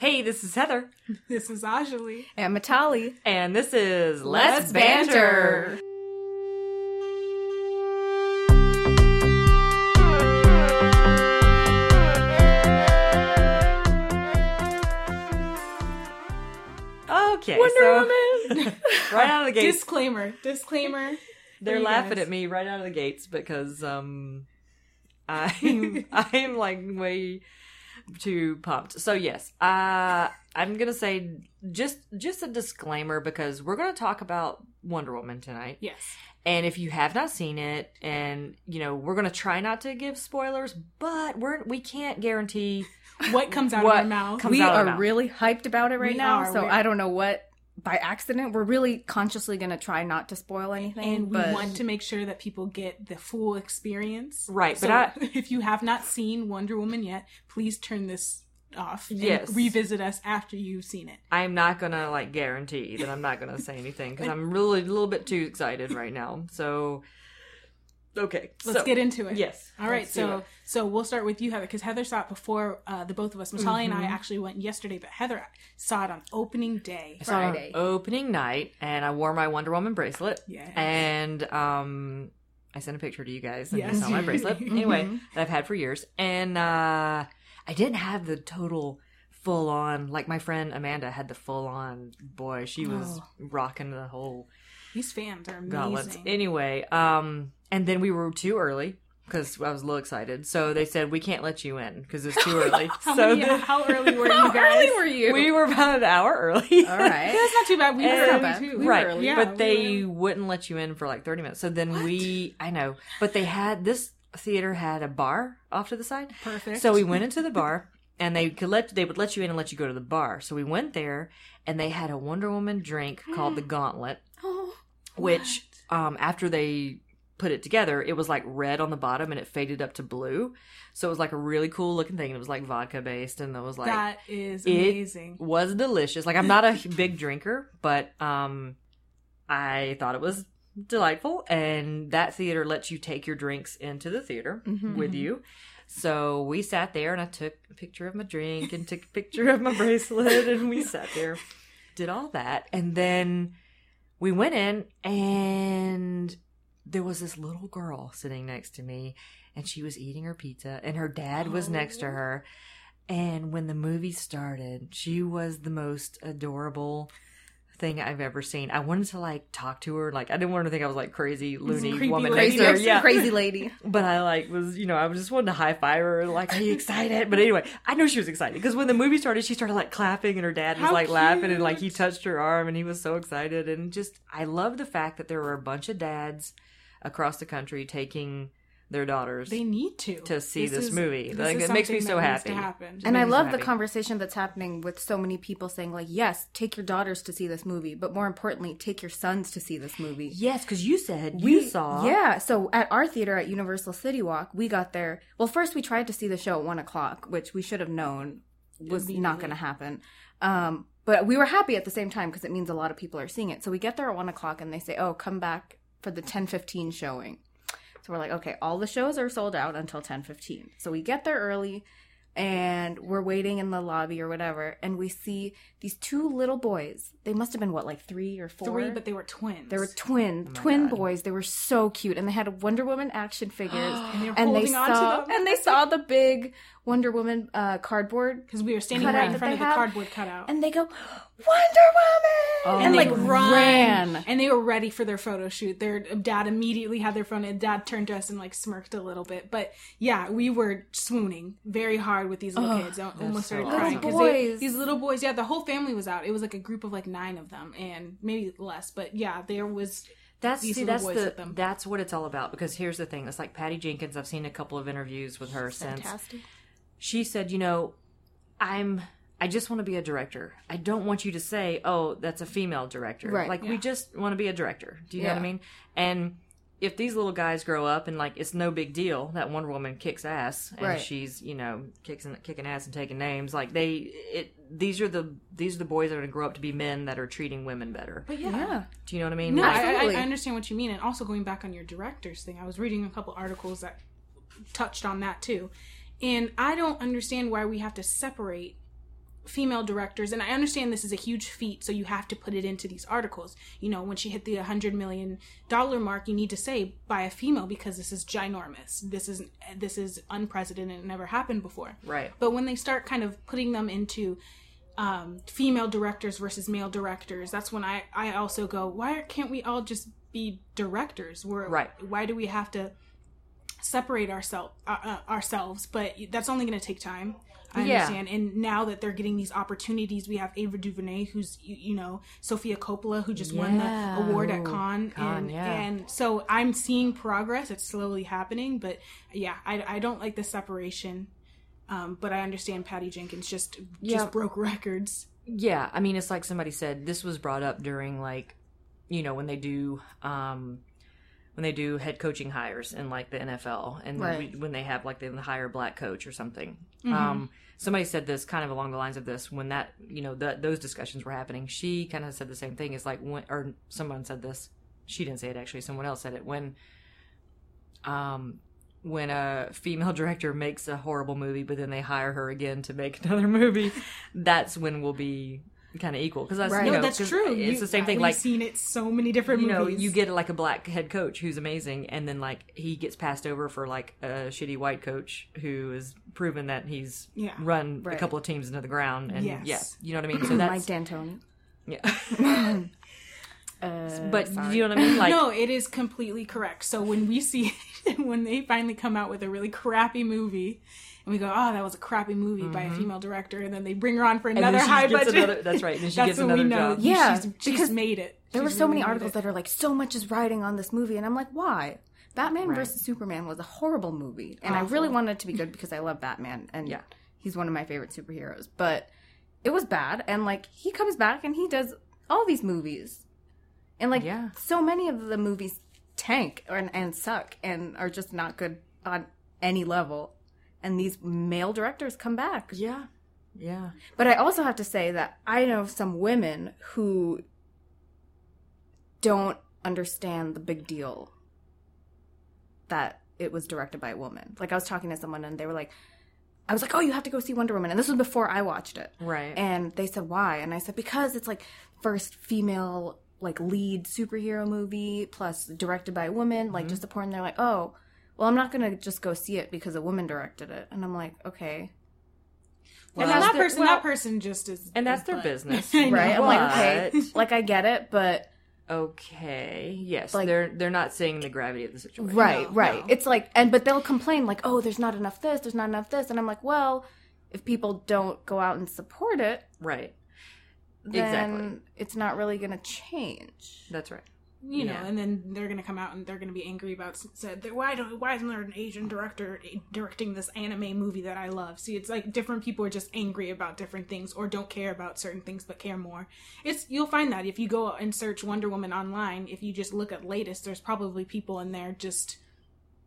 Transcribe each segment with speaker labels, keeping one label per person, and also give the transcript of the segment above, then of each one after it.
Speaker 1: Hey, this is Heather,
Speaker 2: This is Ajali.
Speaker 3: And Matali.
Speaker 1: and this is
Speaker 3: Let's Banter.
Speaker 1: Okay,
Speaker 3: Wonder
Speaker 1: so
Speaker 3: Woman.
Speaker 1: right out of the gates,
Speaker 2: Disclaimer. Disclaimer.
Speaker 1: they're
Speaker 2: you
Speaker 1: laughing
Speaker 2: guys.
Speaker 1: at me right out of the gates because um, I'm I'm like way too pumped. So yes, uh, I'm gonna say just just a disclaimer because we're gonna talk about Wonder Woman tonight.
Speaker 2: Yes.
Speaker 1: And if you have not seen it, and you know, we're gonna try not to give spoilers, but we're we can't guarantee.
Speaker 2: What comes out
Speaker 1: What
Speaker 2: of your mouth?
Speaker 1: comes-
Speaker 3: we
Speaker 1: out of
Speaker 3: are
Speaker 1: the mouth.
Speaker 3: really hyped about it right
Speaker 2: We
Speaker 3: now,
Speaker 2: are.
Speaker 3: so
Speaker 2: We're-
Speaker 3: I don't know what by accident. We're really consciously going to try not to spoil anything,
Speaker 2: and we
Speaker 3: but
Speaker 2: want to make sure that people get the full experience.
Speaker 1: Right, but
Speaker 2: So
Speaker 1: I-
Speaker 2: if you have not seen Wonder Woman yet, please turn this off. and
Speaker 1: Yes.
Speaker 2: revisit us after you've seen it.
Speaker 1: I'm not gonna like guarantee that I'm not gonna say anything because I'm really a little bit too excited right now. So, okay,
Speaker 2: Let's get into it.
Speaker 1: Yes.
Speaker 2: All right,
Speaker 1: let's do
Speaker 2: so
Speaker 1: it.
Speaker 2: so we'll start with you, Heather, because Heather saw it before uh, the both of us. Matali and I
Speaker 1: Mm-hmm.
Speaker 2: actually went yesterday, but Heather saw it on opening day.
Speaker 1: I saw it on
Speaker 3: Friday.
Speaker 1: opening night, and I wore my Wonder Woman bracelet,
Speaker 2: Yes.
Speaker 1: and um, I sent a picture to you guys, and
Speaker 2: Yes. Mm-hmm.
Speaker 1: you saw my bracelet anyway that I've had for years, and uh, I didn't have the total full on like my friend Amanda had the full on boy she
Speaker 2: Oh.
Speaker 1: was rocking the whole
Speaker 2: These fans are amazing.
Speaker 1: gauntlets. Anyway, um, and then we were too early because I was a little excited. So they said we can't let you in because it's too early.
Speaker 2: How,
Speaker 1: so
Speaker 2: many,
Speaker 1: then-
Speaker 2: how early were you guys?
Speaker 3: early were you?
Speaker 1: we were about an hour early.
Speaker 3: All right.
Speaker 2: That's not too bad. We were
Speaker 1: And-
Speaker 2: early,
Speaker 3: That's not
Speaker 2: too.
Speaker 3: bad. We were
Speaker 1: right,
Speaker 3: early.
Speaker 2: Yeah,
Speaker 1: but they
Speaker 2: we were-
Speaker 1: wouldn't let you in for like thirty minutes. So then we, I know, but they had this theater had a bar off to the side.
Speaker 2: Perfect.
Speaker 1: So we went into the bar, and they could let they would let you in and let you go to the bar. So we went there, and they had a Wonder Woman drink called the Gauntlet,
Speaker 3: Oh,
Speaker 1: which um, after they put it together, it was like red on the bottom and it faded up to blue. So it was like a really cool looking thing. It was like vodka based, and it was like
Speaker 2: that is
Speaker 1: it-
Speaker 2: amazing.
Speaker 1: was delicious. Like I'm not a big drinker, but um, I thought it was delightful. And that theater lets you take your drinks into the theater
Speaker 3: Mhm.
Speaker 1: with you. So we sat there, and I took a picture of my drink and took a picture of my bracelet, and we sat there, did all that, and then we went in, and there was this little girl sitting next to me, and she was eating her pizza, and her dad
Speaker 2: Oh.
Speaker 1: was next to her. And when the movie started, she was the most adorable thing I've ever seen. I wanted to like talk to her, like I didn't want her to think I was like crazy loony
Speaker 2: creepy
Speaker 1: woman next
Speaker 2: lady
Speaker 1: to her.
Speaker 2: next to
Speaker 1: Yeah,
Speaker 3: crazy lady.
Speaker 1: but I like was you know I just wanted to high five her like are you excited? But anyway, I know she was excited because when the movie started, she started like clapping and her dad was
Speaker 2: How
Speaker 1: like laughing and like he
Speaker 2: cute.
Speaker 1: touched her arm and he was so excited and just I love the fact that there were a bunch of dads across the country taking their daughters
Speaker 2: They need to
Speaker 1: to see this
Speaker 2: is-
Speaker 1: movie.
Speaker 2: this
Speaker 1: Like,
Speaker 2: is
Speaker 1: it makes me
Speaker 2: something
Speaker 1: so
Speaker 2: that needs
Speaker 1: happy.
Speaker 2: to happen.
Speaker 3: And I
Speaker 1: me so
Speaker 3: love the
Speaker 1: happy.
Speaker 3: conversation that's happening with so many people saying, like, yes, take your daughters to see this movie, but more importantly, take your sons to see this movie.
Speaker 1: yes, because you said
Speaker 3: We
Speaker 1: you saw
Speaker 3: Yeah. So at our theater at Universal City Walk, we got there. Well, first we tried to see the show at one o'clock, which we should have known was not going to happen. Um, but we were happy at the same time because it means a lot of people are seeing it. So we get there at one o'clock and they say, oh, come back for the 1015 showing. So we're like, okay, all the shows are sold out until 1015. So we get there early and we're waiting in the lobby or whatever. And we see these two little boys. They must have been what, like three or four?
Speaker 2: Three, but they were twins.
Speaker 3: They were twin, twin boys. They were so cute, and they had Wonder Woman action figures, and
Speaker 2: they were holding on to
Speaker 3: saw
Speaker 2: them.
Speaker 3: and they saw the big Wonder Woman uh, cardboard,
Speaker 2: because we were standing
Speaker 3: Cut out
Speaker 2: right in
Speaker 3: that
Speaker 2: front
Speaker 3: they
Speaker 2: of the
Speaker 3: have.
Speaker 2: cardboard cutout,
Speaker 3: and they go, Wonder Woman,
Speaker 1: Oh.
Speaker 3: and
Speaker 1: they
Speaker 3: like ran.
Speaker 2: and they were ready for their photo shoot. Their dad immediately had their phone, and dad turned to us and like smirked a little bit. But yeah, we were swooning very hard with these little kids. I almost started
Speaker 1: so
Speaker 2: crying
Speaker 3: awesome.
Speaker 2: because they-
Speaker 3: Boys.
Speaker 2: these little boys. Yeah, the whole family was out. It was like a group of like nine of them, and maybe less. But yeah, there was
Speaker 1: That's
Speaker 2: these
Speaker 1: see,
Speaker 2: little
Speaker 1: that's
Speaker 2: boys
Speaker 1: the
Speaker 2: with them.
Speaker 1: that's what it's all about. Because here's the thing: it's like Patty Jenkins. I've seen a couple of interviews with her since
Speaker 3: Fantastic.
Speaker 1: she said, you know, I'm I just want to be a director. I don't want you to say, oh, that's a female director.
Speaker 3: Right.
Speaker 1: Like we just want to be a director. Do you know what I
Speaker 3: Yeah.
Speaker 1: mean? And if these little guys grow up and like it's no big deal that Wonder Woman kicks ass and
Speaker 3: Right.
Speaker 1: she's you know kicking kicking ass and taking names like they it these are the these are the boys that are going to grow up to be men that are treating women better.
Speaker 2: but yeah.
Speaker 3: Yeah,
Speaker 1: Do you know what I mean?
Speaker 2: No,
Speaker 1: Like-
Speaker 2: I- I, I,
Speaker 3: Absolutely.
Speaker 2: understand what you mean. And also going back on your director's thing, I was reading a couple articles that touched on that too. And I don't understand why we have to separate female directors, and I understand this is a huge feat, so you have to put it into these articles. You know, when she hit the hundred million dollar mark, you need to say by a female because this is ginormous. This is this is unprecedented. It never happened before.
Speaker 1: Right.
Speaker 2: But when they start kind of putting them into um, female directors versus male directors, that's when I I also go, why can't we all just be directors? We're,
Speaker 1: Right.
Speaker 2: Why do we have to separate ourselves uh, uh, ourselves? But that's only going to take time. I
Speaker 1: Yeah.
Speaker 2: understand. And now that they're getting these opportunities, we have Ava DuVernay, who's you, you know Sophia Coppola, who just won
Speaker 1: Yeah.
Speaker 2: the award
Speaker 1: Ooh,
Speaker 2: at Cannes,
Speaker 1: Cannes,
Speaker 2: and,
Speaker 1: yeah.
Speaker 2: and so I'm seeing progress. It's slowly happening, but yeah, I, I don't like the separation. Um, but I understand Patty Jenkins just just
Speaker 1: Yeah.
Speaker 2: broke records.
Speaker 1: Yeah, I mean, it's like somebody said. This was brought up during like, you know, when they do, um, when they do head coaching hires in like the NFL, and when
Speaker 3: Right.
Speaker 1: we- when they have like they hire a black coach or something. Um, somebody said this kind of along the lines of this when that you know that those discussions were happening. She kind of said the same thing. It's like when or someone said this. She didn't say it actually. Someone else said it when, um. When a female director makes a horrible movie, but then they hire her again to make another movie, that's when we'll be kind of equal because that's
Speaker 3: Right.
Speaker 1: you
Speaker 2: no,
Speaker 1: know,
Speaker 2: that's
Speaker 1: 'cause
Speaker 2: true.
Speaker 1: It's
Speaker 2: You-
Speaker 1: the same thing.
Speaker 2: We've
Speaker 1: Like
Speaker 2: seen it so many different
Speaker 1: you know,
Speaker 2: movies.
Speaker 1: you get like a black head coach who's amazing, and then like he gets passed over for like a shitty white coach who has proven that he's
Speaker 2: Yeah.
Speaker 1: run a
Speaker 3: Right.
Speaker 1: couple of teams into the ground, and
Speaker 2: Yes.
Speaker 1: yeah, you know what I mean. So
Speaker 3: Mike
Speaker 1: that's
Speaker 3: D'Antoni.
Speaker 1: yeah,
Speaker 3: Uh,
Speaker 1: but
Speaker 3: sorry.
Speaker 1: you know what I mean. Like
Speaker 2: no, it is completely correct. So when we see when they finally come out with a really crappy movie, and we go, "Oh, that was a crappy movie by a female director," and then they bring her on for
Speaker 1: Mm-hmm. and then
Speaker 2: another
Speaker 1: she
Speaker 2: high
Speaker 1: gets
Speaker 2: budget.
Speaker 1: another- that's right. Then she
Speaker 2: that's
Speaker 1: gets
Speaker 2: when we
Speaker 1: another
Speaker 2: know.
Speaker 1: job.
Speaker 3: Yeah.
Speaker 2: she's, she's
Speaker 3: because
Speaker 2: made it.
Speaker 3: There were
Speaker 2: She's
Speaker 3: so
Speaker 2: really
Speaker 3: many
Speaker 2: made
Speaker 3: articles
Speaker 2: it.
Speaker 3: that are like, so much is riding on this movie. And I'm like, why? Batman
Speaker 1: Right.
Speaker 3: versus Superman was a horrible movie. And I really wanted it to be good because I love Batman. And
Speaker 1: Yeah.
Speaker 3: he's one of my favorite superheroes. But it was bad. And like, he comes back and he does all these movies. And like,
Speaker 1: Yeah.
Speaker 3: so many of the movies tank and, and suck and are just not good on any level. And these male directors come back.
Speaker 1: Yeah, yeah,
Speaker 3: But I also have to say that I know some women who don't understand the big deal that it was directed by a woman. Like I was talking to someone and they were like, I was like, oh, you have to go see Wonder Woman. And this was before I watched it.
Speaker 1: right.
Speaker 3: And they said, why? And I said, because it's like first female, like lead superhero movie plus directed by a woman, like just a porn. They're like, oh, well, I'm not going to just go see it because a woman directed it. And I'm like, okay.
Speaker 2: and
Speaker 1: Well,
Speaker 2: that
Speaker 1: that's
Speaker 2: person,
Speaker 1: their-
Speaker 2: that person just is,
Speaker 1: and that's their
Speaker 2: but-
Speaker 1: business,
Speaker 2: I know.
Speaker 3: right? I'm like, okay,
Speaker 1: But-
Speaker 3: like I get it, but
Speaker 1: okay, yes,
Speaker 3: Like-
Speaker 1: they're they're not seeing the gravity of the situation,
Speaker 3: right,
Speaker 2: No,
Speaker 3: right.
Speaker 2: no.
Speaker 3: It's like, and but they'll complain like, oh, there's not enough this, there's not enough this, and I'm like, well, if people don't go out and support it,
Speaker 1: Right,
Speaker 3: then
Speaker 1: Exactly.
Speaker 3: it's not really going to change.
Speaker 1: that's right.
Speaker 2: you know,
Speaker 1: Yeah.
Speaker 2: and then they're gonna come out and they're gonna be angry about s- said that why don't why isn't there an Asian director eh, directing this anime movie that I love? See, it's like different people are just angry about different things or don't care about certain things but care more. It's you'll find that if you go and search Wonder Woman online, if you just look at latest, there's probably people in there just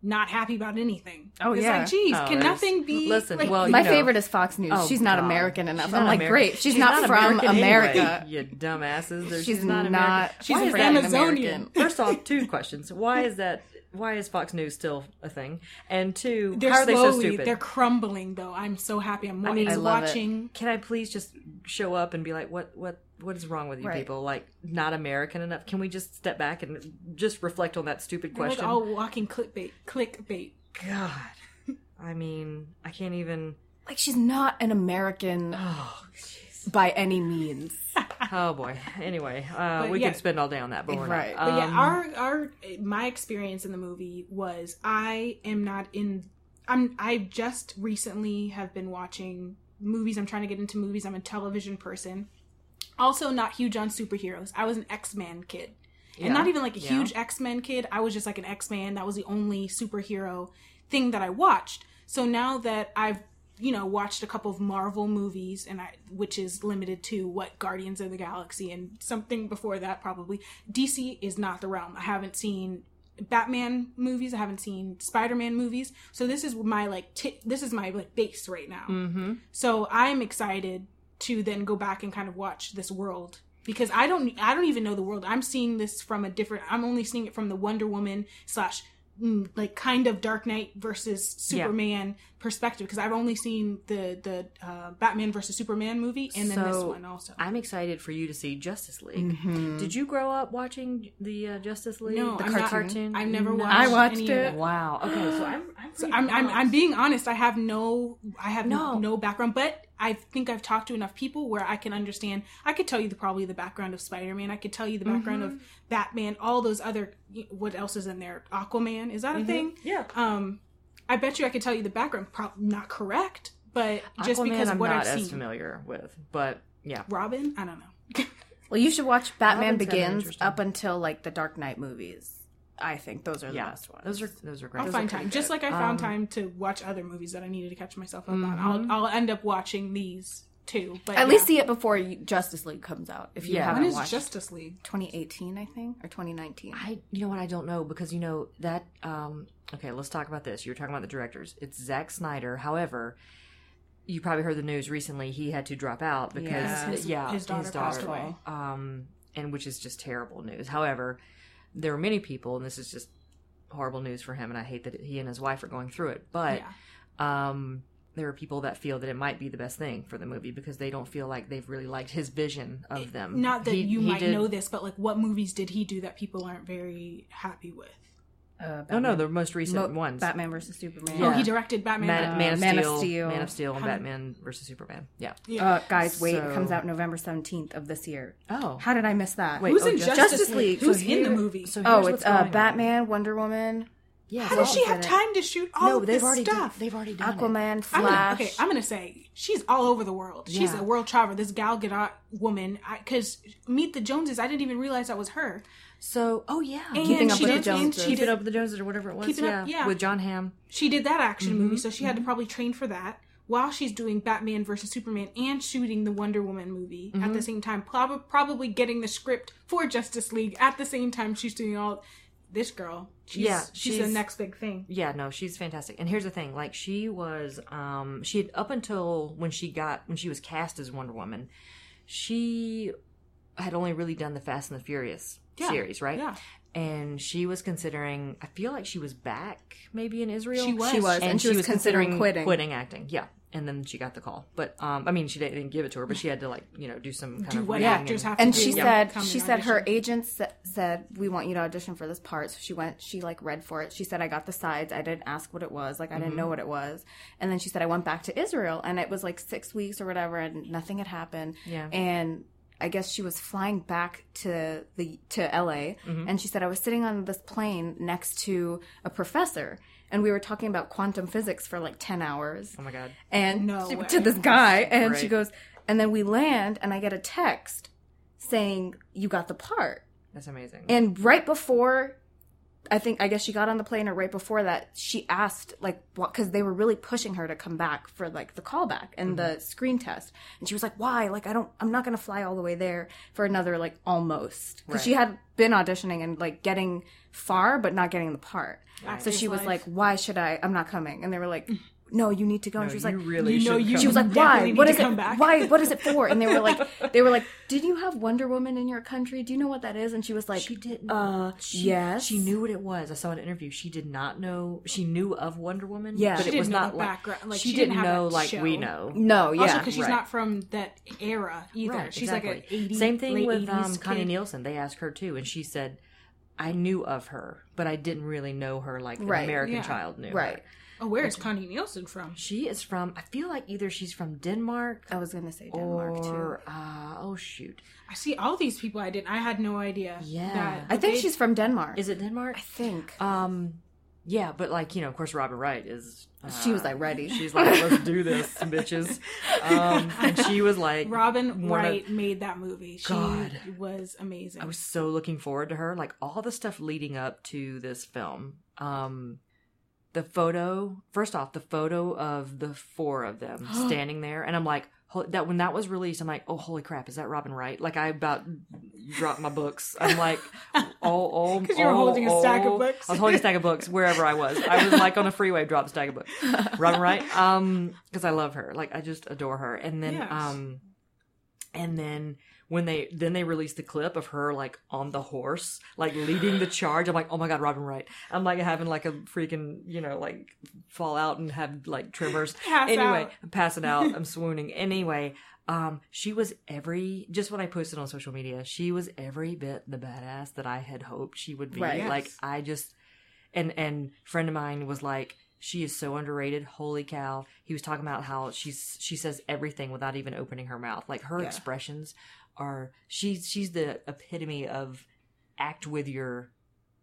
Speaker 2: not happy about anything.
Speaker 3: Oh,
Speaker 2: it's
Speaker 3: yeah.
Speaker 2: like, geez,
Speaker 1: Oh,
Speaker 2: can
Speaker 1: it's-
Speaker 2: nothing be
Speaker 1: listen,
Speaker 2: Like,
Speaker 1: well, you
Speaker 3: My
Speaker 1: know-
Speaker 3: favorite is Fox News.
Speaker 1: Oh,
Speaker 3: she's not
Speaker 1: God.
Speaker 3: American enough.
Speaker 1: She's
Speaker 3: I'm
Speaker 1: not
Speaker 3: like,
Speaker 1: Ameri-
Speaker 3: great. She's, not, from
Speaker 1: American
Speaker 3: America.
Speaker 1: anyway, you dumbasses. There's-
Speaker 3: She's, not.
Speaker 1: American.
Speaker 3: she's
Speaker 1: Why is
Speaker 3: African
Speaker 1: that?
Speaker 2: Amazon-
Speaker 3: American.
Speaker 1: First off, two questions. Why is that? Why is Fox News still a thing? And 2
Speaker 2: they're
Speaker 1: how are they so
Speaker 2: slowly
Speaker 1: stupid?
Speaker 2: they're crumbling though. I'm so happy. I'm
Speaker 1: mean, I
Speaker 3: love it.
Speaker 2: watching.
Speaker 1: Can I please just show up and be like, what, what, what is wrong with you
Speaker 3: Right.
Speaker 1: people? Like, not American enough? Can we just step back and just reflect on that stupid
Speaker 2: They're
Speaker 1: question?
Speaker 2: Like all walking clickbait, clickbait.
Speaker 1: God, I mean, I can't even.
Speaker 3: Like she's not an American
Speaker 1: Oh,
Speaker 3: by any means.
Speaker 1: oh boy. Anyway, uh,
Speaker 2: But
Speaker 1: we
Speaker 2: yeah.
Speaker 1: could spend all day on that, but we're
Speaker 3: Right.
Speaker 1: not.
Speaker 2: But
Speaker 1: Um,
Speaker 2: yeah, our our my experience in the movie was I am not in. I'm I just recently have been watching movies. I'm trying to get into movies. I'm a television person. Also, not huge on superheroes. I was an X Men kid,
Speaker 1: Yeah.
Speaker 2: and not even like a
Speaker 1: Yeah.
Speaker 2: huge X Men kid. I was just like an X Man. That was the only superhero thing that I watched. So now that I've you know watched a couple of Marvel movies, and I which is limited to what Guardians of the Galaxy and something before that probably. DC is not the realm. I haven't seen Batman movies. I haven't seen Spider Man movies. So this is my like ti this is my like base right now.
Speaker 1: mm-hmm.
Speaker 2: So I'm excited to then go back and kind of watch this world because I don't I don't even know the world. I'm seeing this from a different. I'm only seeing it from the Wonder Woman slash mm, like kind of Dark Knight versus
Speaker 1: Yeah.
Speaker 2: Superman perspective because I've only seen the the uh, Batman versus Superman movie and then this
Speaker 1: So,
Speaker 2: one also. Mm-hmm.
Speaker 1: I'm excited for you to see Justice League. Did you grow up watching the uh, Justice League?
Speaker 2: no,
Speaker 1: the
Speaker 2: I'm
Speaker 1: cartoon.
Speaker 2: Not, I've never watched.
Speaker 3: I watched
Speaker 2: any of
Speaker 3: it.
Speaker 2: that.
Speaker 1: Wow. Okay, so I'm I'm,
Speaker 2: So
Speaker 1: pretty
Speaker 2: I'm, I'm I'm
Speaker 1: pumped.
Speaker 2: being honest. I have no I have no.
Speaker 1: No.
Speaker 2: no background, but I think I've talked to enough people where I can understand. I could tell you the, probably the background of Spider Man. I could tell you the background
Speaker 1: Mm-hmm.
Speaker 2: of Batman. All those other what else is in there? Aquaman is that a
Speaker 1: Mm-hmm.
Speaker 2: thing?
Speaker 1: yeah.
Speaker 2: Um, I bet you I could tell you the background. Probably not correct, but just
Speaker 1: Aquaman,
Speaker 2: because
Speaker 1: I'm
Speaker 2: what
Speaker 1: not
Speaker 2: I've
Speaker 1: as
Speaker 2: seen.
Speaker 1: familiar with, but yeah.
Speaker 2: Robin, I don't know.
Speaker 3: Well, you should watch Batman
Speaker 1: Robin's kinda
Speaker 3: Begins
Speaker 1: interesting.
Speaker 3: up until like the Dark Knight movies. I think those are the
Speaker 1: Yeah.
Speaker 3: best ones.
Speaker 1: Those are those are great.
Speaker 2: I'll
Speaker 1: Those are
Speaker 2: find
Speaker 1: pretty
Speaker 2: time, just
Speaker 1: good.
Speaker 2: like I found
Speaker 1: Um, Mm-hmm.
Speaker 2: time to watch other movies that I needed to catch myself up on. I'll I'll end up watching these too. But
Speaker 3: at least
Speaker 2: yeah.
Speaker 3: see it before you, Justice League comes out. If you
Speaker 1: Yeah.
Speaker 3: haven't
Speaker 2: when is
Speaker 3: watched
Speaker 2: Justice League?
Speaker 3: 2018, I think, or 2019.
Speaker 1: I you know what I don't know because you know that um okay, let's talk about this. You were talking about the directors. It's Zack Snyder. However, you probably heard the news recently he had to drop out because
Speaker 3: Yeah.
Speaker 1: yeah, his,
Speaker 2: His- his daughter passed away.
Speaker 1: Um and which is just terrible news. However, there are many people and this is just horrible news for him and I hate that he and his wife are going through it, but
Speaker 2: Yeah.
Speaker 1: um, there are people that feel that it might be the best thing for the movie because they don't feel like they've really liked his vision of them.
Speaker 2: Not that
Speaker 1: He-
Speaker 2: you
Speaker 1: he
Speaker 2: might
Speaker 1: did-
Speaker 2: know this, but like, what movies did he do that people aren't very happy with?
Speaker 3: Uh,
Speaker 1: No,
Speaker 3: Batman-
Speaker 1: no, the most recent
Speaker 3: Mo-
Speaker 1: ones.
Speaker 3: Batman versus Superman.
Speaker 1: Yeah.
Speaker 2: Oh, he directed Batman.
Speaker 1: Man,
Speaker 3: uh,
Speaker 1: Man, of,
Speaker 3: Man of
Speaker 1: Steel,
Speaker 3: Steel.
Speaker 1: Man of Steel, and
Speaker 2: How-
Speaker 1: Batman versus Superman. Yeah.
Speaker 2: Yeah.
Speaker 3: Uh, guys, wait! it
Speaker 1: So-
Speaker 3: comes out November 17th of this year.
Speaker 1: Oh.
Speaker 3: How did I miss that?
Speaker 1: Wait,
Speaker 2: Who's
Speaker 1: oh,
Speaker 2: in
Speaker 1: Justice
Speaker 2: Justice, League?
Speaker 3: League.
Speaker 2: Who's
Speaker 3: So
Speaker 2: in the
Speaker 3: here-
Speaker 2: movie?
Speaker 1: So
Speaker 3: oh,
Speaker 1: here's
Speaker 3: it's
Speaker 1: what's going
Speaker 3: uh,
Speaker 1: on.
Speaker 3: Batman, Wonder Woman,
Speaker 1: Yeah.
Speaker 2: How
Speaker 1: so-
Speaker 2: does she have
Speaker 3: did it.
Speaker 2: time to shoot all
Speaker 1: No,
Speaker 2: of
Speaker 1: they've
Speaker 2: this
Speaker 1: already
Speaker 2: stuff?
Speaker 1: Done, they've already done it.
Speaker 3: Aquaman,
Speaker 2: I'm gonna,
Speaker 3: Flash.
Speaker 2: okay, I'm gonna say she's all over the world. She's
Speaker 3: Yeah.
Speaker 2: a world traveler. This Gal Gadot woman, because Meet the Joneses, I didn't even realize that was her.
Speaker 1: So, oh yeah,
Speaker 2: And
Speaker 3: Keeping
Speaker 2: she
Speaker 3: Up with the
Speaker 2: did, and
Speaker 3: Joneses.
Speaker 2: she
Speaker 3: Keep
Speaker 1: Keep
Speaker 2: did,
Speaker 1: it up with the Joneses or whatever it was.
Speaker 2: Keeping
Speaker 1: yeah.
Speaker 2: Up- yeah.
Speaker 1: with John Hamm.
Speaker 2: she did that action
Speaker 1: Mm-hmm.
Speaker 2: movie, so she had to probably train for that while she's doing Batman versus Superman and shooting the Wonder Woman movie at
Speaker 1: Mm-hmm.
Speaker 2: the same time. Prob- probably getting the script for Justice League at the same time she's doing all this girl. She's,
Speaker 1: Yeah,
Speaker 2: she's, the
Speaker 1: she's-
Speaker 2: next big thing.
Speaker 1: Yeah, no, she's fantastic. And here's the thing: like she was, um, she had up until when she got when she was cast as Wonder Woman, she had only really done the Fast and the Furious
Speaker 2: Yeah,
Speaker 1: series, right?
Speaker 2: yeah.
Speaker 1: And she was considering. I feel like she was back, maybe in Israel.
Speaker 2: She was.
Speaker 3: she was, and, she, was, considering, quitting.
Speaker 1: quitting acting. Yeah. And then she got the call, but um, I mean, she didn't give it to her, but she had to like you know do some kind
Speaker 2: Do
Speaker 1: of
Speaker 2: what
Speaker 1: reading
Speaker 2: actors
Speaker 1: and-
Speaker 2: have to
Speaker 3: And
Speaker 2: do.
Speaker 3: she
Speaker 2: when they
Speaker 3: said,
Speaker 2: come
Speaker 3: she
Speaker 2: and
Speaker 3: said her
Speaker 2: audition.
Speaker 3: agent sa- said, "We want you to audition for this part." So she went. She like read for it. She said, "I got the sides. I didn't ask what it was. Like I
Speaker 2: Mm-hmm.
Speaker 3: didn't know what it was." And then she said, "I went back to Israel, and it was like six weeks or whatever, and nothing had happened."
Speaker 1: Yeah.
Speaker 3: And I guess she was flying back to the to LA,
Speaker 2: Mm-hmm.
Speaker 3: and she said, "I was sitting on this plane next to a professor." And we were talking about quantum physics for like 10 hours
Speaker 1: Oh my god.
Speaker 3: and
Speaker 2: No
Speaker 3: she-
Speaker 2: way.
Speaker 3: to this guy and she
Speaker 1: Great.
Speaker 3: goes and then we land and i get a text saying you got the part
Speaker 1: That's amazing.
Speaker 3: and right before i think i guess she got on the plane or right before that she asked like what because they were really pushing her to come back for like the callback and
Speaker 1: Mm-hmm.
Speaker 3: the screen test and she was like why like i don't i'm not gonna fly all the way there for another like almost because she
Speaker 1: Right.
Speaker 3: had been auditioning and like getting far but not getting the part so
Speaker 2: Actor's
Speaker 3: she was
Speaker 2: life.
Speaker 3: like why should i i'm not coming and they were like
Speaker 2: Mm.
Speaker 3: no you need to go and she was like
Speaker 1: you really
Speaker 2: you know
Speaker 1: should
Speaker 2: you-
Speaker 1: come.
Speaker 3: she was like,
Speaker 2: definitely
Speaker 3: "Why?
Speaker 2: need
Speaker 3: What
Speaker 2: to
Speaker 3: is
Speaker 2: come
Speaker 3: it?
Speaker 2: back."
Speaker 3: Why? What is it for?" And they were like, "They were like, did you have Wonder Woman in your country? Do you know what that is?" And she was like,
Speaker 1: She didn't.
Speaker 3: Uh,
Speaker 1: she,
Speaker 3: yes.
Speaker 1: She knew what it was. I saw an interview. She did not know. She knew of Wonder Woman.
Speaker 3: Yeah.
Speaker 1: but
Speaker 3: She
Speaker 1: it was
Speaker 2: didn't know
Speaker 1: not
Speaker 2: the
Speaker 1: like,
Speaker 2: background, like,
Speaker 1: she,
Speaker 2: she didn't
Speaker 1: didn't,
Speaker 2: have
Speaker 1: know
Speaker 2: that
Speaker 1: like we
Speaker 2: show.
Speaker 1: know.
Speaker 3: No,
Speaker 2: Also,
Speaker 3: yeah,
Speaker 2: because she's
Speaker 1: right.
Speaker 2: not from that era either.
Speaker 1: Right,
Speaker 2: she's like
Speaker 1: exactly.
Speaker 2: an 80,
Speaker 1: Same thing
Speaker 2: late
Speaker 1: with um,
Speaker 2: 80s
Speaker 1: Connie
Speaker 2: kid.
Speaker 1: Nielsen. They asked her too, and she said, "I knew of her, but I didn't really know her like an
Speaker 3: Right.
Speaker 1: American
Speaker 2: Yeah.
Speaker 1: child knew." her."
Speaker 3: right.
Speaker 2: Oh, where is Connie Nielsen from?
Speaker 1: She is from. I feel like either she's from Denmark,
Speaker 3: I was gonna say Denmark too.
Speaker 1: or uh, oh shoot,
Speaker 2: I see all these people. I didn't. I had no idea.
Speaker 1: Yeah.
Speaker 3: I think
Speaker 2: they-
Speaker 3: she's from Denmark.
Speaker 1: is it Denmark?
Speaker 3: I think
Speaker 1: Um, yeah, but like you know, of course, Robin Wright is. Uh,
Speaker 3: she was like ready.
Speaker 1: She's like, let's do this, bitches. Um, and she was like,
Speaker 2: Robin
Speaker 1: one of-
Speaker 2: Wright made that movie. She
Speaker 1: God.
Speaker 2: was amazing.
Speaker 1: I was so looking forward to her. Like all the stuff leading up to this film. Um, the photo, first off, the photo of the four of them standing there, and I'm like, hol- that when that was released, I'm like, oh holy crap, is that Robin Wright? Like I about dropped my books. I'm like, oh oh,
Speaker 2: 'Cause you were
Speaker 1: oh,
Speaker 2: holding a stack of
Speaker 1: oh.
Speaker 2: books.
Speaker 1: I was holding a stack of books wherever I was. I was like on a freeway, dropped a stack of books. uh, Robin Wright, um, because I love her. Like I just adore her. And then,
Speaker 2: Yes.
Speaker 1: um, and then when they then they released the clip of her like on the horse like leading the charge i'm like oh my god robin wright i'm like having like a freaking you know like fall out and have like tremors
Speaker 2: Pass
Speaker 1: anyway
Speaker 2: out.
Speaker 1: i'm passing out i'm swooning anyway um she was every just what i posted on social media she was every bit the badass that i had hoped she would be
Speaker 3: Right.
Speaker 1: like
Speaker 2: Yes.
Speaker 1: i just and and friend of mine was like she is so underrated holy cow he was talking about how she's she says everything without even opening her mouth like her
Speaker 3: Yeah.
Speaker 1: expressions are she's she's the epitome of act with your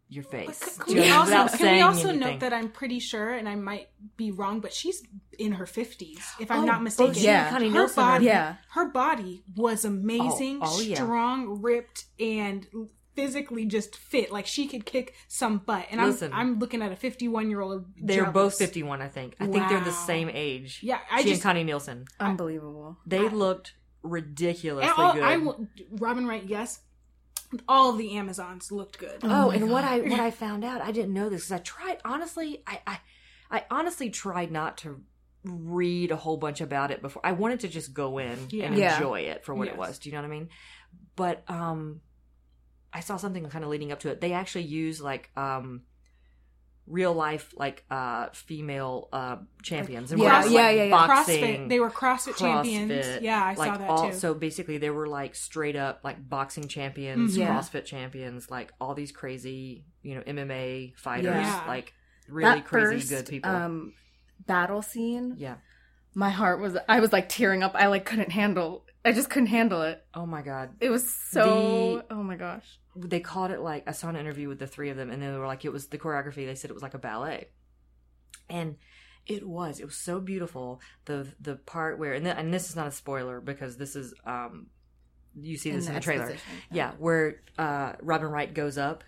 Speaker 1: your
Speaker 2: But
Speaker 1: face
Speaker 2: c-
Speaker 1: Do
Speaker 2: Can
Speaker 1: you
Speaker 2: we
Speaker 1: know, without
Speaker 2: also, can we
Speaker 1: saying
Speaker 2: also
Speaker 1: anything.
Speaker 2: note that I'm pretty sure, and I might be wrong, but she's in her 50s, if I'm
Speaker 1: Oh,
Speaker 2: not mistaken.
Speaker 1: Rosie
Speaker 3: Yeah.
Speaker 1: Connie
Speaker 2: Her
Speaker 1: Nielsen,
Speaker 2: body-
Speaker 3: Yeah.
Speaker 2: Her body was amazing,
Speaker 1: Oh, oh, yeah.
Speaker 2: strong, ripped, and physically just fit. Like she could kick some butt. And
Speaker 1: Listen.
Speaker 2: I'm, I'm looking at a 51 year old.
Speaker 1: they're both 51 i think i think they're the
Speaker 2: Wow.
Speaker 1: same age
Speaker 2: Yeah, I
Speaker 1: she
Speaker 2: just
Speaker 1: and connie nielsen
Speaker 3: Unbelievable.
Speaker 1: they looked ridiculously
Speaker 2: And all-
Speaker 1: good
Speaker 2: I will, Robin Wright, yes. All the Amazons looked good.
Speaker 1: Oh,
Speaker 3: my
Speaker 1: and what I what I found out, I didn't know this because I tried honestly. I, I I honestly tried not to read a whole bunch about it before. I wanted to just go in
Speaker 2: Yeah.
Speaker 1: and
Speaker 3: Yeah.
Speaker 1: enjoy it for what it
Speaker 2: Yes.
Speaker 1: was. Do you know what I mean? But um, I saw something kind of leading up to it. They actually use like um, real life like uh female uh champions and
Speaker 3: Yeah,
Speaker 1: whereas,
Speaker 3: yeah,
Speaker 1: like,
Speaker 3: yeah, yeah.
Speaker 1: boxing.
Speaker 2: CrossFit. They were CrossFit, champions.
Speaker 1: CrossFit,
Speaker 2: Yeah, I
Speaker 1: like
Speaker 2: saw that
Speaker 1: all,
Speaker 2: too.
Speaker 1: so basically they were like straight up like boxing champions
Speaker 3: Mhm. Yeah.
Speaker 1: crossfit champions like all these crazy you know mma fighters
Speaker 2: Yeah.
Speaker 1: like really
Speaker 3: That
Speaker 1: crazy
Speaker 3: first,
Speaker 1: good people
Speaker 3: Um, battle scene.
Speaker 1: yeah
Speaker 3: My heart was. I was like tearing up. I like couldn't handle. I just couldn't handle it.
Speaker 1: oh my god
Speaker 3: It was so. oh my gosh.
Speaker 1: they called it like i saw an interview with the three of them and they were like it was the choreography they said it was like a ballet and it was it was so beautiful the the part where and, th- and this is not a spoiler because this is um you see this in the trailer
Speaker 3: exposition.
Speaker 1: Yeah, where uh, Robin Wright goes up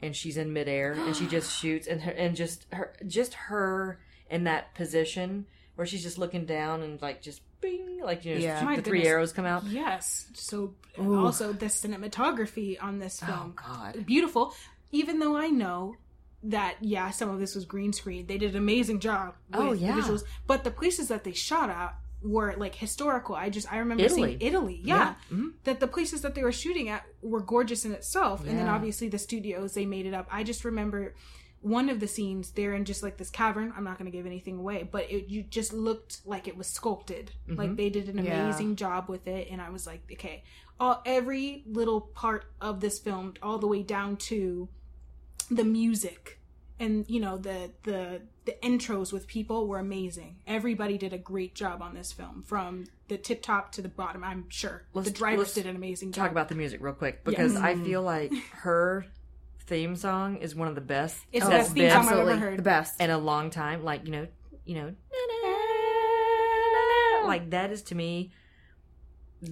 Speaker 1: and she's in midair and she just shoots and her, and just her just her in that position where she's just looking down and like just bing like you know
Speaker 3: Yeah.
Speaker 1: shoot,
Speaker 2: My
Speaker 1: the three
Speaker 2: goodness.
Speaker 1: arrows come out.
Speaker 2: Yes. So
Speaker 3: Ooh.
Speaker 2: also the cinematography on this
Speaker 1: Oh
Speaker 2: film.
Speaker 1: God!
Speaker 2: Beautiful. Even though I know that yeah, some of this was green screen. They did an amazing job with
Speaker 1: Oh, yeah.
Speaker 2: the visuals. But the places that they shot at were like historical. I just I remember
Speaker 1: Italy.
Speaker 2: seeing Italy. Yeah.
Speaker 1: Mhm.
Speaker 2: That the places that they were shooting at were gorgeous in itself. And then
Speaker 1: Yeah.
Speaker 2: obviously the studios they made it up. I just remember one of the scenes they're in just like this cavern i'm not going to give anything away but it you just looked like it was sculpted like they did an
Speaker 3: Yeah.
Speaker 2: amazing job with it and i was like okay all every little part of this film all the way down to the music and you know the the the intros with people were amazing everybody did a great job on this film from the tip top to the bottom i'm sure
Speaker 1: Let's-
Speaker 2: the drivers
Speaker 1: let's
Speaker 2: did an amazing job
Speaker 1: Talk about the music real quick because I
Speaker 2: Mm.
Speaker 1: feel like her theme song is one of the best.
Speaker 2: It's
Speaker 1: that's
Speaker 2: the best theme
Speaker 1: been
Speaker 2: song I've ever
Speaker 3: Oh, Absolutely
Speaker 2: heard.
Speaker 3: the best.
Speaker 1: in a long time. Like you know, you know, like that is to me.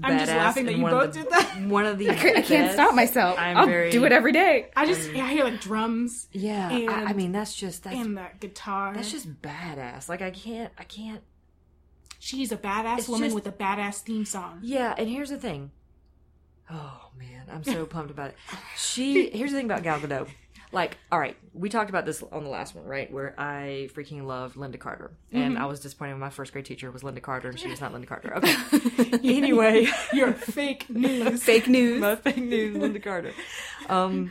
Speaker 2: I'm just
Speaker 1: badass
Speaker 2: laughing that
Speaker 1: and
Speaker 2: you
Speaker 1: one of
Speaker 2: both
Speaker 1: the-
Speaker 2: did that.
Speaker 1: One of the
Speaker 3: I, can't- I can't
Speaker 1: best.
Speaker 3: stop myself. i
Speaker 1: I'm
Speaker 3: will
Speaker 1: very-
Speaker 3: do it every day.
Speaker 2: i just yeah, i hear like drums
Speaker 1: Yeah, I, I
Speaker 2: And-
Speaker 1: mean that's just that's
Speaker 2: and that guitar
Speaker 1: that's just badass. Like I can't, I can't.
Speaker 2: she's a badass
Speaker 1: It's
Speaker 2: woman
Speaker 1: just-
Speaker 2: with a badass theme song
Speaker 1: Yeah, and here's the thing. Oh man, I'm so pumped about it. She here's the thing about Gal Gadot. Like, all right, we talked about this on the last one, right? Where I freaking love Linda Carter, and
Speaker 3: Mm-hmm.
Speaker 1: I was disappointed when my first grade teacher was Linda Carter, and she was not Linda Carter. Okay. anyway,
Speaker 2: you're fake news
Speaker 3: Fake news.
Speaker 1: my fake news, Linda Carter. Um,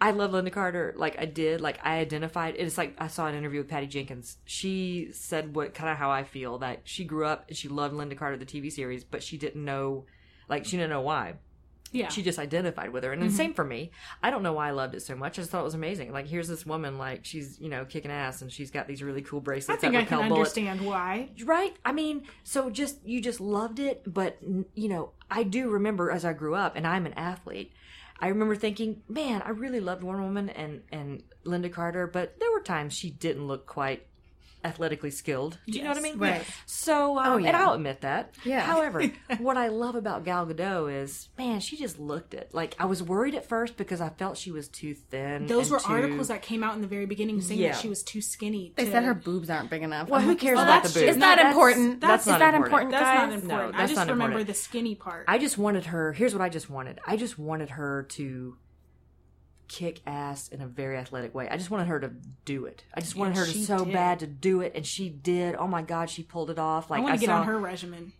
Speaker 1: I love Linda Carter. Like I did. Like I identified. It's like I saw an interview with Patty Jenkins. She said what kind of how I feel that she grew up and she loved Linda Carter the TV series, but she didn't know, like she didn't know why.
Speaker 2: yeah
Speaker 1: She just identified with her, and the
Speaker 2: Mm-hmm.
Speaker 1: same for me. I don't know why I loved it so much. I just thought it was amazing. Like here's this woman, like she's you know kicking ass, and she's got these really cool
Speaker 2: i
Speaker 1: bracelets
Speaker 2: think
Speaker 1: that
Speaker 2: i
Speaker 1: repel
Speaker 2: can
Speaker 1: bullets
Speaker 2: understand why
Speaker 1: right i mean so just you just loved it but n- you know i do remember as i grew up and i'm an athlete i remember thinking man i really loved wonder woman and and linda carter but there were times she didn't look quite athletically skilled do you know what i
Speaker 2: Yes,
Speaker 1: mean
Speaker 2: Oh,
Speaker 3: right.
Speaker 1: so um, and
Speaker 3: yeah.
Speaker 1: i'll admit that
Speaker 3: Yeah.
Speaker 1: however what i love about gal gadot is man she just looked it like i was worried at first because i felt she was too thin
Speaker 2: those
Speaker 1: and
Speaker 2: were
Speaker 1: too-
Speaker 2: articles that came out in the very beginning saying
Speaker 1: Yeah.
Speaker 2: that she was too skinny
Speaker 3: They
Speaker 2: to-
Speaker 3: said her boobs aren't big enough.
Speaker 1: well,
Speaker 3: I'm
Speaker 1: who
Speaker 3: like,
Speaker 1: cares
Speaker 2: oh,
Speaker 1: about the
Speaker 2: that's
Speaker 1: boobs?
Speaker 2: just
Speaker 3: It's not
Speaker 2: that's-
Speaker 3: important.
Speaker 1: that's
Speaker 3: That's,
Speaker 1: not
Speaker 3: is that
Speaker 1: important.
Speaker 3: important,
Speaker 2: that's not
Speaker 3: guys?
Speaker 2: important
Speaker 1: No,
Speaker 2: i
Speaker 1: that's
Speaker 2: just
Speaker 1: not
Speaker 2: remember
Speaker 1: important.
Speaker 2: the skinny part
Speaker 1: I just wanted her. Here's what I just wanted. I just wanted her to kick ass in a very athletic way. I just wanted her to do it. I just wanted
Speaker 2: And
Speaker 1: her to
Speaker 2: she
Speaker 1: so
Speaker 2: did.
Speaker 1: bad to do it, and she did. Oh my God, she pulled it off.
Speaker 2: i
Speaker 1: Like I,
Speaker 2: want to get
Speaker 1: saw,
Speaker 2: on her regimen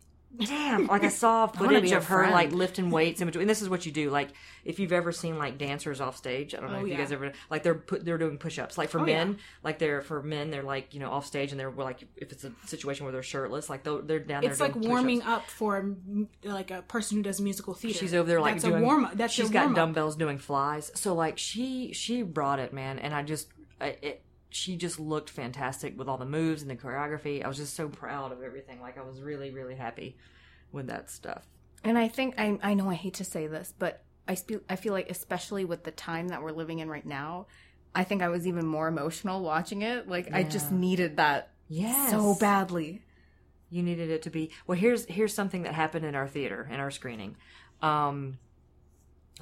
Speaker 1: damn like i saw
Speaker 3: wanna
Speaker 1: footage
Speaker 3: be a
Speaker 1: of her
Speaker 3: friend.
Speaker 1: like lifting weights in between and this is what you do like if you've ever seen like dancers off stage i don't know
Speaker 2: Oh,
Speaker 1: if you
Speaker 2: yeah.
Speaker 1: guys ever like they're put they're doing push-ups like for
Speaker 2: Oh, yeah.
Speaker 1: men like they're for men they're like you know off stage and they're like if it's a situation where they're shirtless like they're, they're down there
Speaker 2: It's like
Speaker 1: doing
Speaker 2: warming
Speaker 1: push-ups.
Speaker 2: up for a m- like a person who does musical theater.
Speaker 1: she's over there like
Speaker 2: that's
Speaker 1: doing
Speaker 2: a warm up. That's
Speaker 1: she's
Speaker 2: your
Speaker 1: got
Speaker 2: warm-up.
Speaker 1: dumbbells doing flies so like she she brought it man and i just I, it she just looked fantastic with all the moves and the choreography i was just so proud of everything like i was really really happy with that stuff
Speaker 3: And I think I I know I hate to say this, but I spe- I feel like especially with the time that we're living in right now, I think I was even more emotional watching it. Like I just
Speaker 1: Yeah.
Speaker 3: needed that
Speaker 1: yeah
Speaker 3: so badly.
Speaker 1: you needed it to be well here's here's something that happened in our theater in our screening um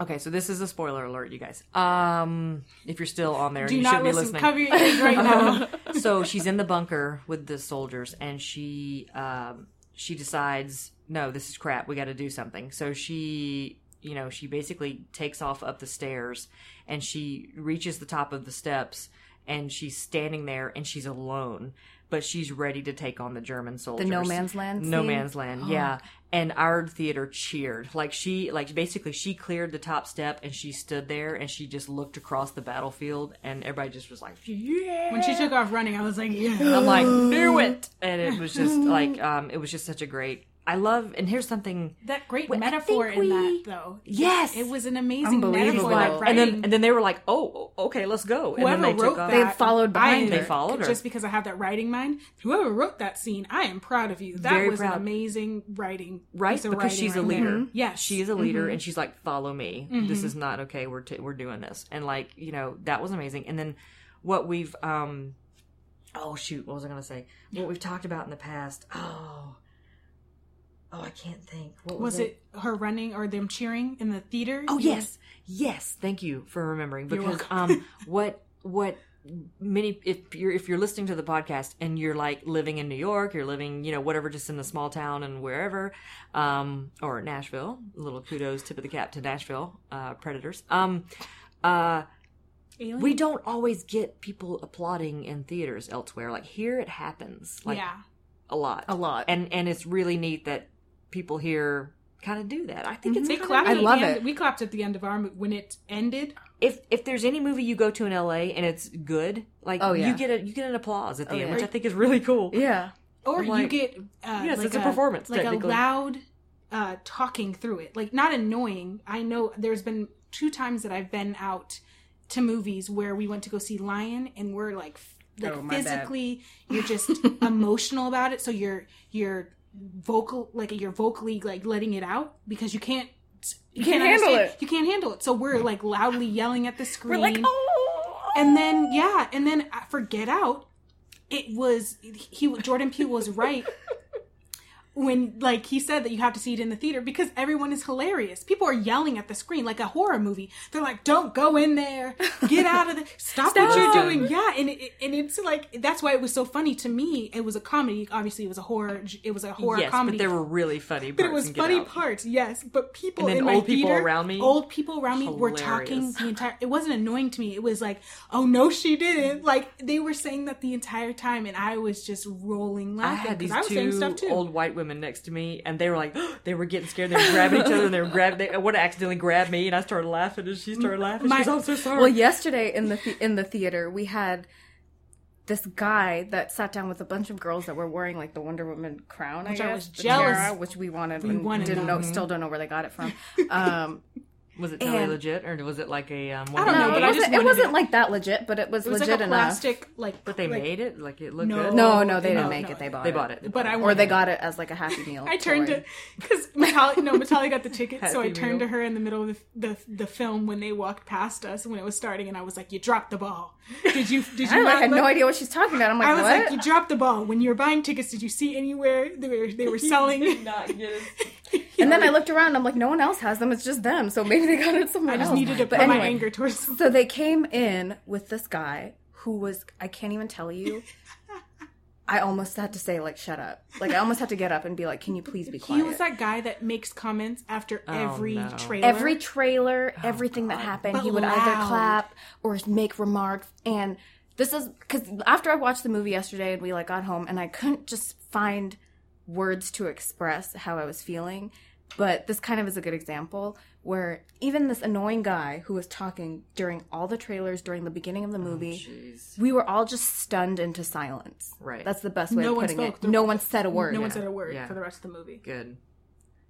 Speaker 1: okay so this is a spoiler alert you guys um if you're still on there
Speaker 2: Do
Speaker 1: you
Speaker 2: not
Speaker 1: should be
Speaker 2: listen.
Speaker 1: listening
Speaker 2: Cover your ears right now.
Speaker 1: Um, so she's in the bunker with the soldiers and she um she decides no this is crap we got to do something so she you know she basically takes off up the stairs and she reaches the top of the steps and she's standing there and she's alone but she's ready to take on the german
Speaker 3: The
Speaker 1: soldiers
Speaker 3: no man's land.
Speaker 1: no
Speaker 3: scene. Oh.
Speaker 1: man's land yeah and our theater cheered like she like basically she cleared the top step and she stood there and she just looked across the battlefield and everybody just was like yeah
Speaker 2: when she took off running, I was like, yeah.
Speaker 1: I'm like knew it and it was just like um it was just such a great I love and here's something
Speaker 2: That great
Speaker 1: Wait, I
Speaker 2: metaphor
Speaker 1: think
Speaker 2: in that
Speaker 1: we-
Speaker 2: though.
Speaker 1: yes
Speaker 2: It was an amazing
Speaker 3: Unbelievable.
Speaker 2: metaphor. Like,
Speaker 1: and then
Speaker 2: writing-
Speaker 1: and then they were like oh okay let's go and
Speaker 2: whoever
Speaker 1: then they
Speaker 2: wrote
Speaker 1: took off.
Speaker 2: that,
Speaker 3: They followed behind
Speaker 2: I-
Speaker 3: her. They
Speaker 1: followed her.
Speaker 2: Just because I have that writing mind, whoever wrote that scene, I am proud of you. That
Speaker 1: Very
Speaker 2: was
Speaker 1: proud.
Speaker 2: an amazing writing,
Speaker 1: right
Speaker 2: piece of
Speaker 1: because
Speaker 2: writing
Speaker 1: she's a
Speaker 2: right there.
Speaker 1: leader
Speaker 2: Yes,
Speaker 1: she is a leader
Speaker 2: Mm-hmm.
Speaker 1: and she's like follow me this is not okay we're t- we're doing this and like you know that was amazing and then what we've um oh shoot what was i gonna say what we've talked about in the past oh oh i can't think what was,
Speaker 2: Was it her running or them cheering in the theater?
Speaker 1: Oh yes, yes. Thank you for remembering
Speaker 2: You're
Speaker 1: because um, what what many if you're if you're listening to the podcast and you're like living in New York, you're living you know whatever, just in the small town and wherever, um, or Nashville. Little kudos, tip of the cap to Nashville uh, Predators. Um, uh,
Speaker 2: Alien?
Speaker 1: we don't always get people applauding in theaters elsewhere. Like here, it happens like
Speaker 2: yeah.
Speaker 1: a lot,
Speaker 3: A lot.
Speaker 1: and and it's really neat that people here kind of do that. I think it's
Speaker 2: Mm-hmm. They
Speaker 1: kinda
Speaker 2: clapped.
Speaker 3: I
Speaker 2: at the
Speaker 3: love
Speaker 2: end-
Speaker 3: it.
Speaker 2: We clapped at the end of our mo- when it ended.
Speaker 1: if if there's any movie you go to in LA and it's good, like
Speaker 3: Oh, yeah.
Speaker 1: you get a you get an applause at the
Speaker 3: Oh,
Speaker 1: end,
Speaker 3: yeah.
Speaker 1: which I think is really cool.
Speaker 3: Yeah.
Speaker 2: Or
Speaker 1: I'm like,
Speaker 2: you get uh,
Speaker 1: yes,
Speaker 2: like
Speaker 1: it's a performance,
Speaker 2: like a
Speaker 1: technically.
Speaker 2: loud uh, talking through it, like not annoying. I know there's been two times that I've been out to movies where we went to go see Lion, and we're like, f- like
Speaker 3: Oh, my bad.
Speaker 2: physically, you're just emotional about it, so you're you're vocal, like you're vocally like letting it out because you can't. You
Speaker 3: can't handle
Speaker 2: understand- You can't handle it. So we're like loudly yelling at the screen.
Speaker 3: We're like, oh.
Speaker 2: And then yeah, and then uh, for Get Out, it was he Jordan Peele was right when like he said that you have to see it in the theater because everyone is hilarious. People are yelling at the screen like a horror movie. They're like, "Don't go in there. Get out of the stop, what you're
Speaker 3: Stop.
Speaker 2: doing." Yeah, and it, and it's like that's why it was so funny to me. It was a comedy. Obviously, it was a horror. It was a horror
Speaker 1: yes,
Speaker 2: comedy.
Speaker 1: but they were really funny.
Speaker 2: But it was funny parts, yes. But people
Speaker 1: And then
Speaker 2: in my
Speaker 1: old people
Speaker 2: theater-
Speaker 1: around me?
Speaker 2: old people around me were talking
Speaker 1: Hilarious.
Speaker 2: the entire. It wasn't annoying to me. It was like, oh no, she didn't. Like they were saying that the entire time, and I was just rolling
Speaker 1: I
Speaker 2: laughing
Speaker 1: had
Speaker 2: because
Speaker 1: these
Speaker 2: I, was saying
Speaker 1: two
Speaker 2: stuff too.
Speaker 1: old white women next to me, and they were like, they were getting scared. They were grabbing each other, and they were grabbing. They would accidentally grab me, and I started laughing, and she started laughing.
Speaker 2: My-
Speaker 1: She's also sorry.
Speaker 3: Well, yesterday in the th- in the theater, we had this guy that sat down with a bunch of girls that were wearing like the Wonder Woman crown,
Speaker 2: Which
Speaker 3: I,
Speaker 2: I was
Speaker 3: guess, the
Speaker 2: jealous.
Speaker 3: tiara, which we wanted,
Speaker 2: We
Speaker 3: and
Speaker 2: wanted
Speaker 3: didn't
Speaker 2: that.
Speaker 3: know, still don't know where they got it from. Um,
Speaker 1: was it totally
Speaker 3: and-
Speaker 1: legit, or was it like a? Um,
Speaker 2: don't
Speaker 3: no,
Speaker 2: know,
Speaker 3: it
Speaker 2: but I just
Speaker 3: wasn't, it
Speaker 2: wanted
Speaker 3: wasn't
Speaker 2: it.
Speaker 3: like that legit, but it was,
Speaker 2: it was like
Speaker 3: legit
Speaker 2: a
Speaker 3: enough.
Speaker 2: plastic, like.
Speaker 1: But they
Speaker 2: like-
Speaker 1: made it. Like it looked
Speaker 2: No.
Speaker 1: good.
Speaker 3: no, no, they
Speaker 2: No,
Speaker 3: didn't make
Speaker 2: no,
Speaker 3: it. They bought
Speaker 1: they
Speaker 3: it.
Speaker 1: bought it. They
Speaker 2: But
Speaker 1: bought
Speaker 2: I
Speaker 1: it.
Speaker 3: Or
Speaker 2: wanted
Speaker 3: they
Speaker 2: it.
Speaker 3: got it as like a Happy Meal.
Speaker 2: I turned
Speaker 3: toy.
Speaker 2: to because Matali no Matali got the ticket, so I
Speaker 1: Happy
Speaker 2: turned
Speaker 1: meal.
Speaker 2: to her in the middle of the, the the film when they walked past us when it was starting, and I was like, "You dropped the ball. Did you? Did you?"
Speaker 3: I
Speaker 2: not
Speaker 3: like, had
Speaker 2: look?"
Speaker 3: no idea what she's talking about. I'm like,
Speaker 2: I was
Speaker 3: what?
Speaker 2: like, you dropped the ball. When you were buying tickets, did you see anywhere they were, they were selling?
Speaker 1: not get it.
Speaker 3: and then I looked around. I'm like, no one else has them. It's just them. So maybe they got it somewhere
Speaker 2: I just
Speaker 3: else.
Speaker 2: needed to put
Speaker 3: But
Speaker 2: my
Speaker 3: anyway.
Speaker 2: anger towards them.
Speaker 3: So they came in with this guy who was I can't even tell you. I almost had to say like shut up. Like I almost had to get up and be like, "Can you please
Speaker 2: He
Speaker 3: be quiet?"
Speaker 2: was that guy that makes comments after every
Speaker 1: Oh, no.
Speaker 2: trailer.
Speaker 3: Every trailer, everything that happened,
Speaker 2: Oh, But
Speaker 3: he would
Speaker 2: loud.
Speaker 3: either clap or make remarks. And this is because after I watched the movie yesterday and we like got home and I couldn't just find words to express how I was feeling. But this kind of is a good example where even this annoying guy who was talking during all the trailers, during the beginning
Speaker 2: Oh,
Speaker 3: of the movie,
Speaker 1: Jeez.
Speaker 3: we were all just stunned into silence.
Speaker 1: Right.
Speaker 3: That's the best way
Speaker 2: No
Speaker 3: of
Speaker 2: one
Speaker 3: putting
Speaker 2: spoke.
Speaker 3: it.
Speaker 2: There-
Speaker 3: no one said a word.
Speaker 2: No one said a word
Speaker 1: Yeah.
Speaker 2: for the rest of the movie.
Speaker 1: Good.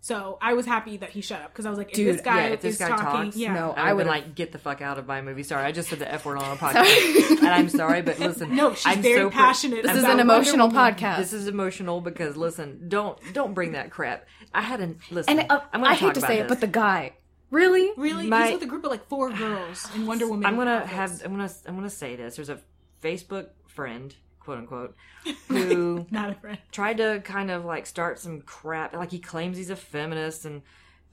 Speaker 2: So I was happy that he shut up because I was like, if
Speaker 3: Dude,
Speaker 2: this guy
Speaker 1: yeah, if this
Speaker 2: is
Speaker 1: guy
Speaker 2: talking,
Speaker 1: talks,
Speaker 2: yeah,
Speaker 3: no.
Speaker 1: I,
Speaker 3: I
Speaker 1: would
Speaker 3: would've-
Speaker 1: like get the fuck out of my movie. Sorry, I just said the f word on a podcast, and I'm sorry, but listen,
Speaker 2: No, she's
Speaker 1: I'm
Speaker 2: very
Speaker 1: so per-
Speaker 2: passionate.
Speaker 3: this is
Speaker 2: about
Speaker 3: an
Speaker 2: Wonder
Speaker 3: emotional
Speaker 2: Woman.
Speaker 3: podcast.
Speaker 1: This is emotional because listen, don't don't bring that crap. I had an listen.
Speaker 3: and uh,
Speaker 1: I'm gonna
Speaker 3: I
Speaker 1: talk
Speaker 3: hate to
Speaker 1: about
Speaker 3: say it,
Speaker 1: this.
Speaker 3: but the guy. Really?
Speaker 2: Really,
Speaker 1: My-
Speaker 2: he's with a group of like four girls in Wonder Woman.
Speaker 1: I'm gonna
Speaker 2: outfits.
Speaker 1: have I'm gonna I'm gonna say this. There's a Facebook friend, quote unquote, who
Speaker 2: not a friend.
Speaker 1: tried to kind of like start some crap. Like he claims he's a feminist, and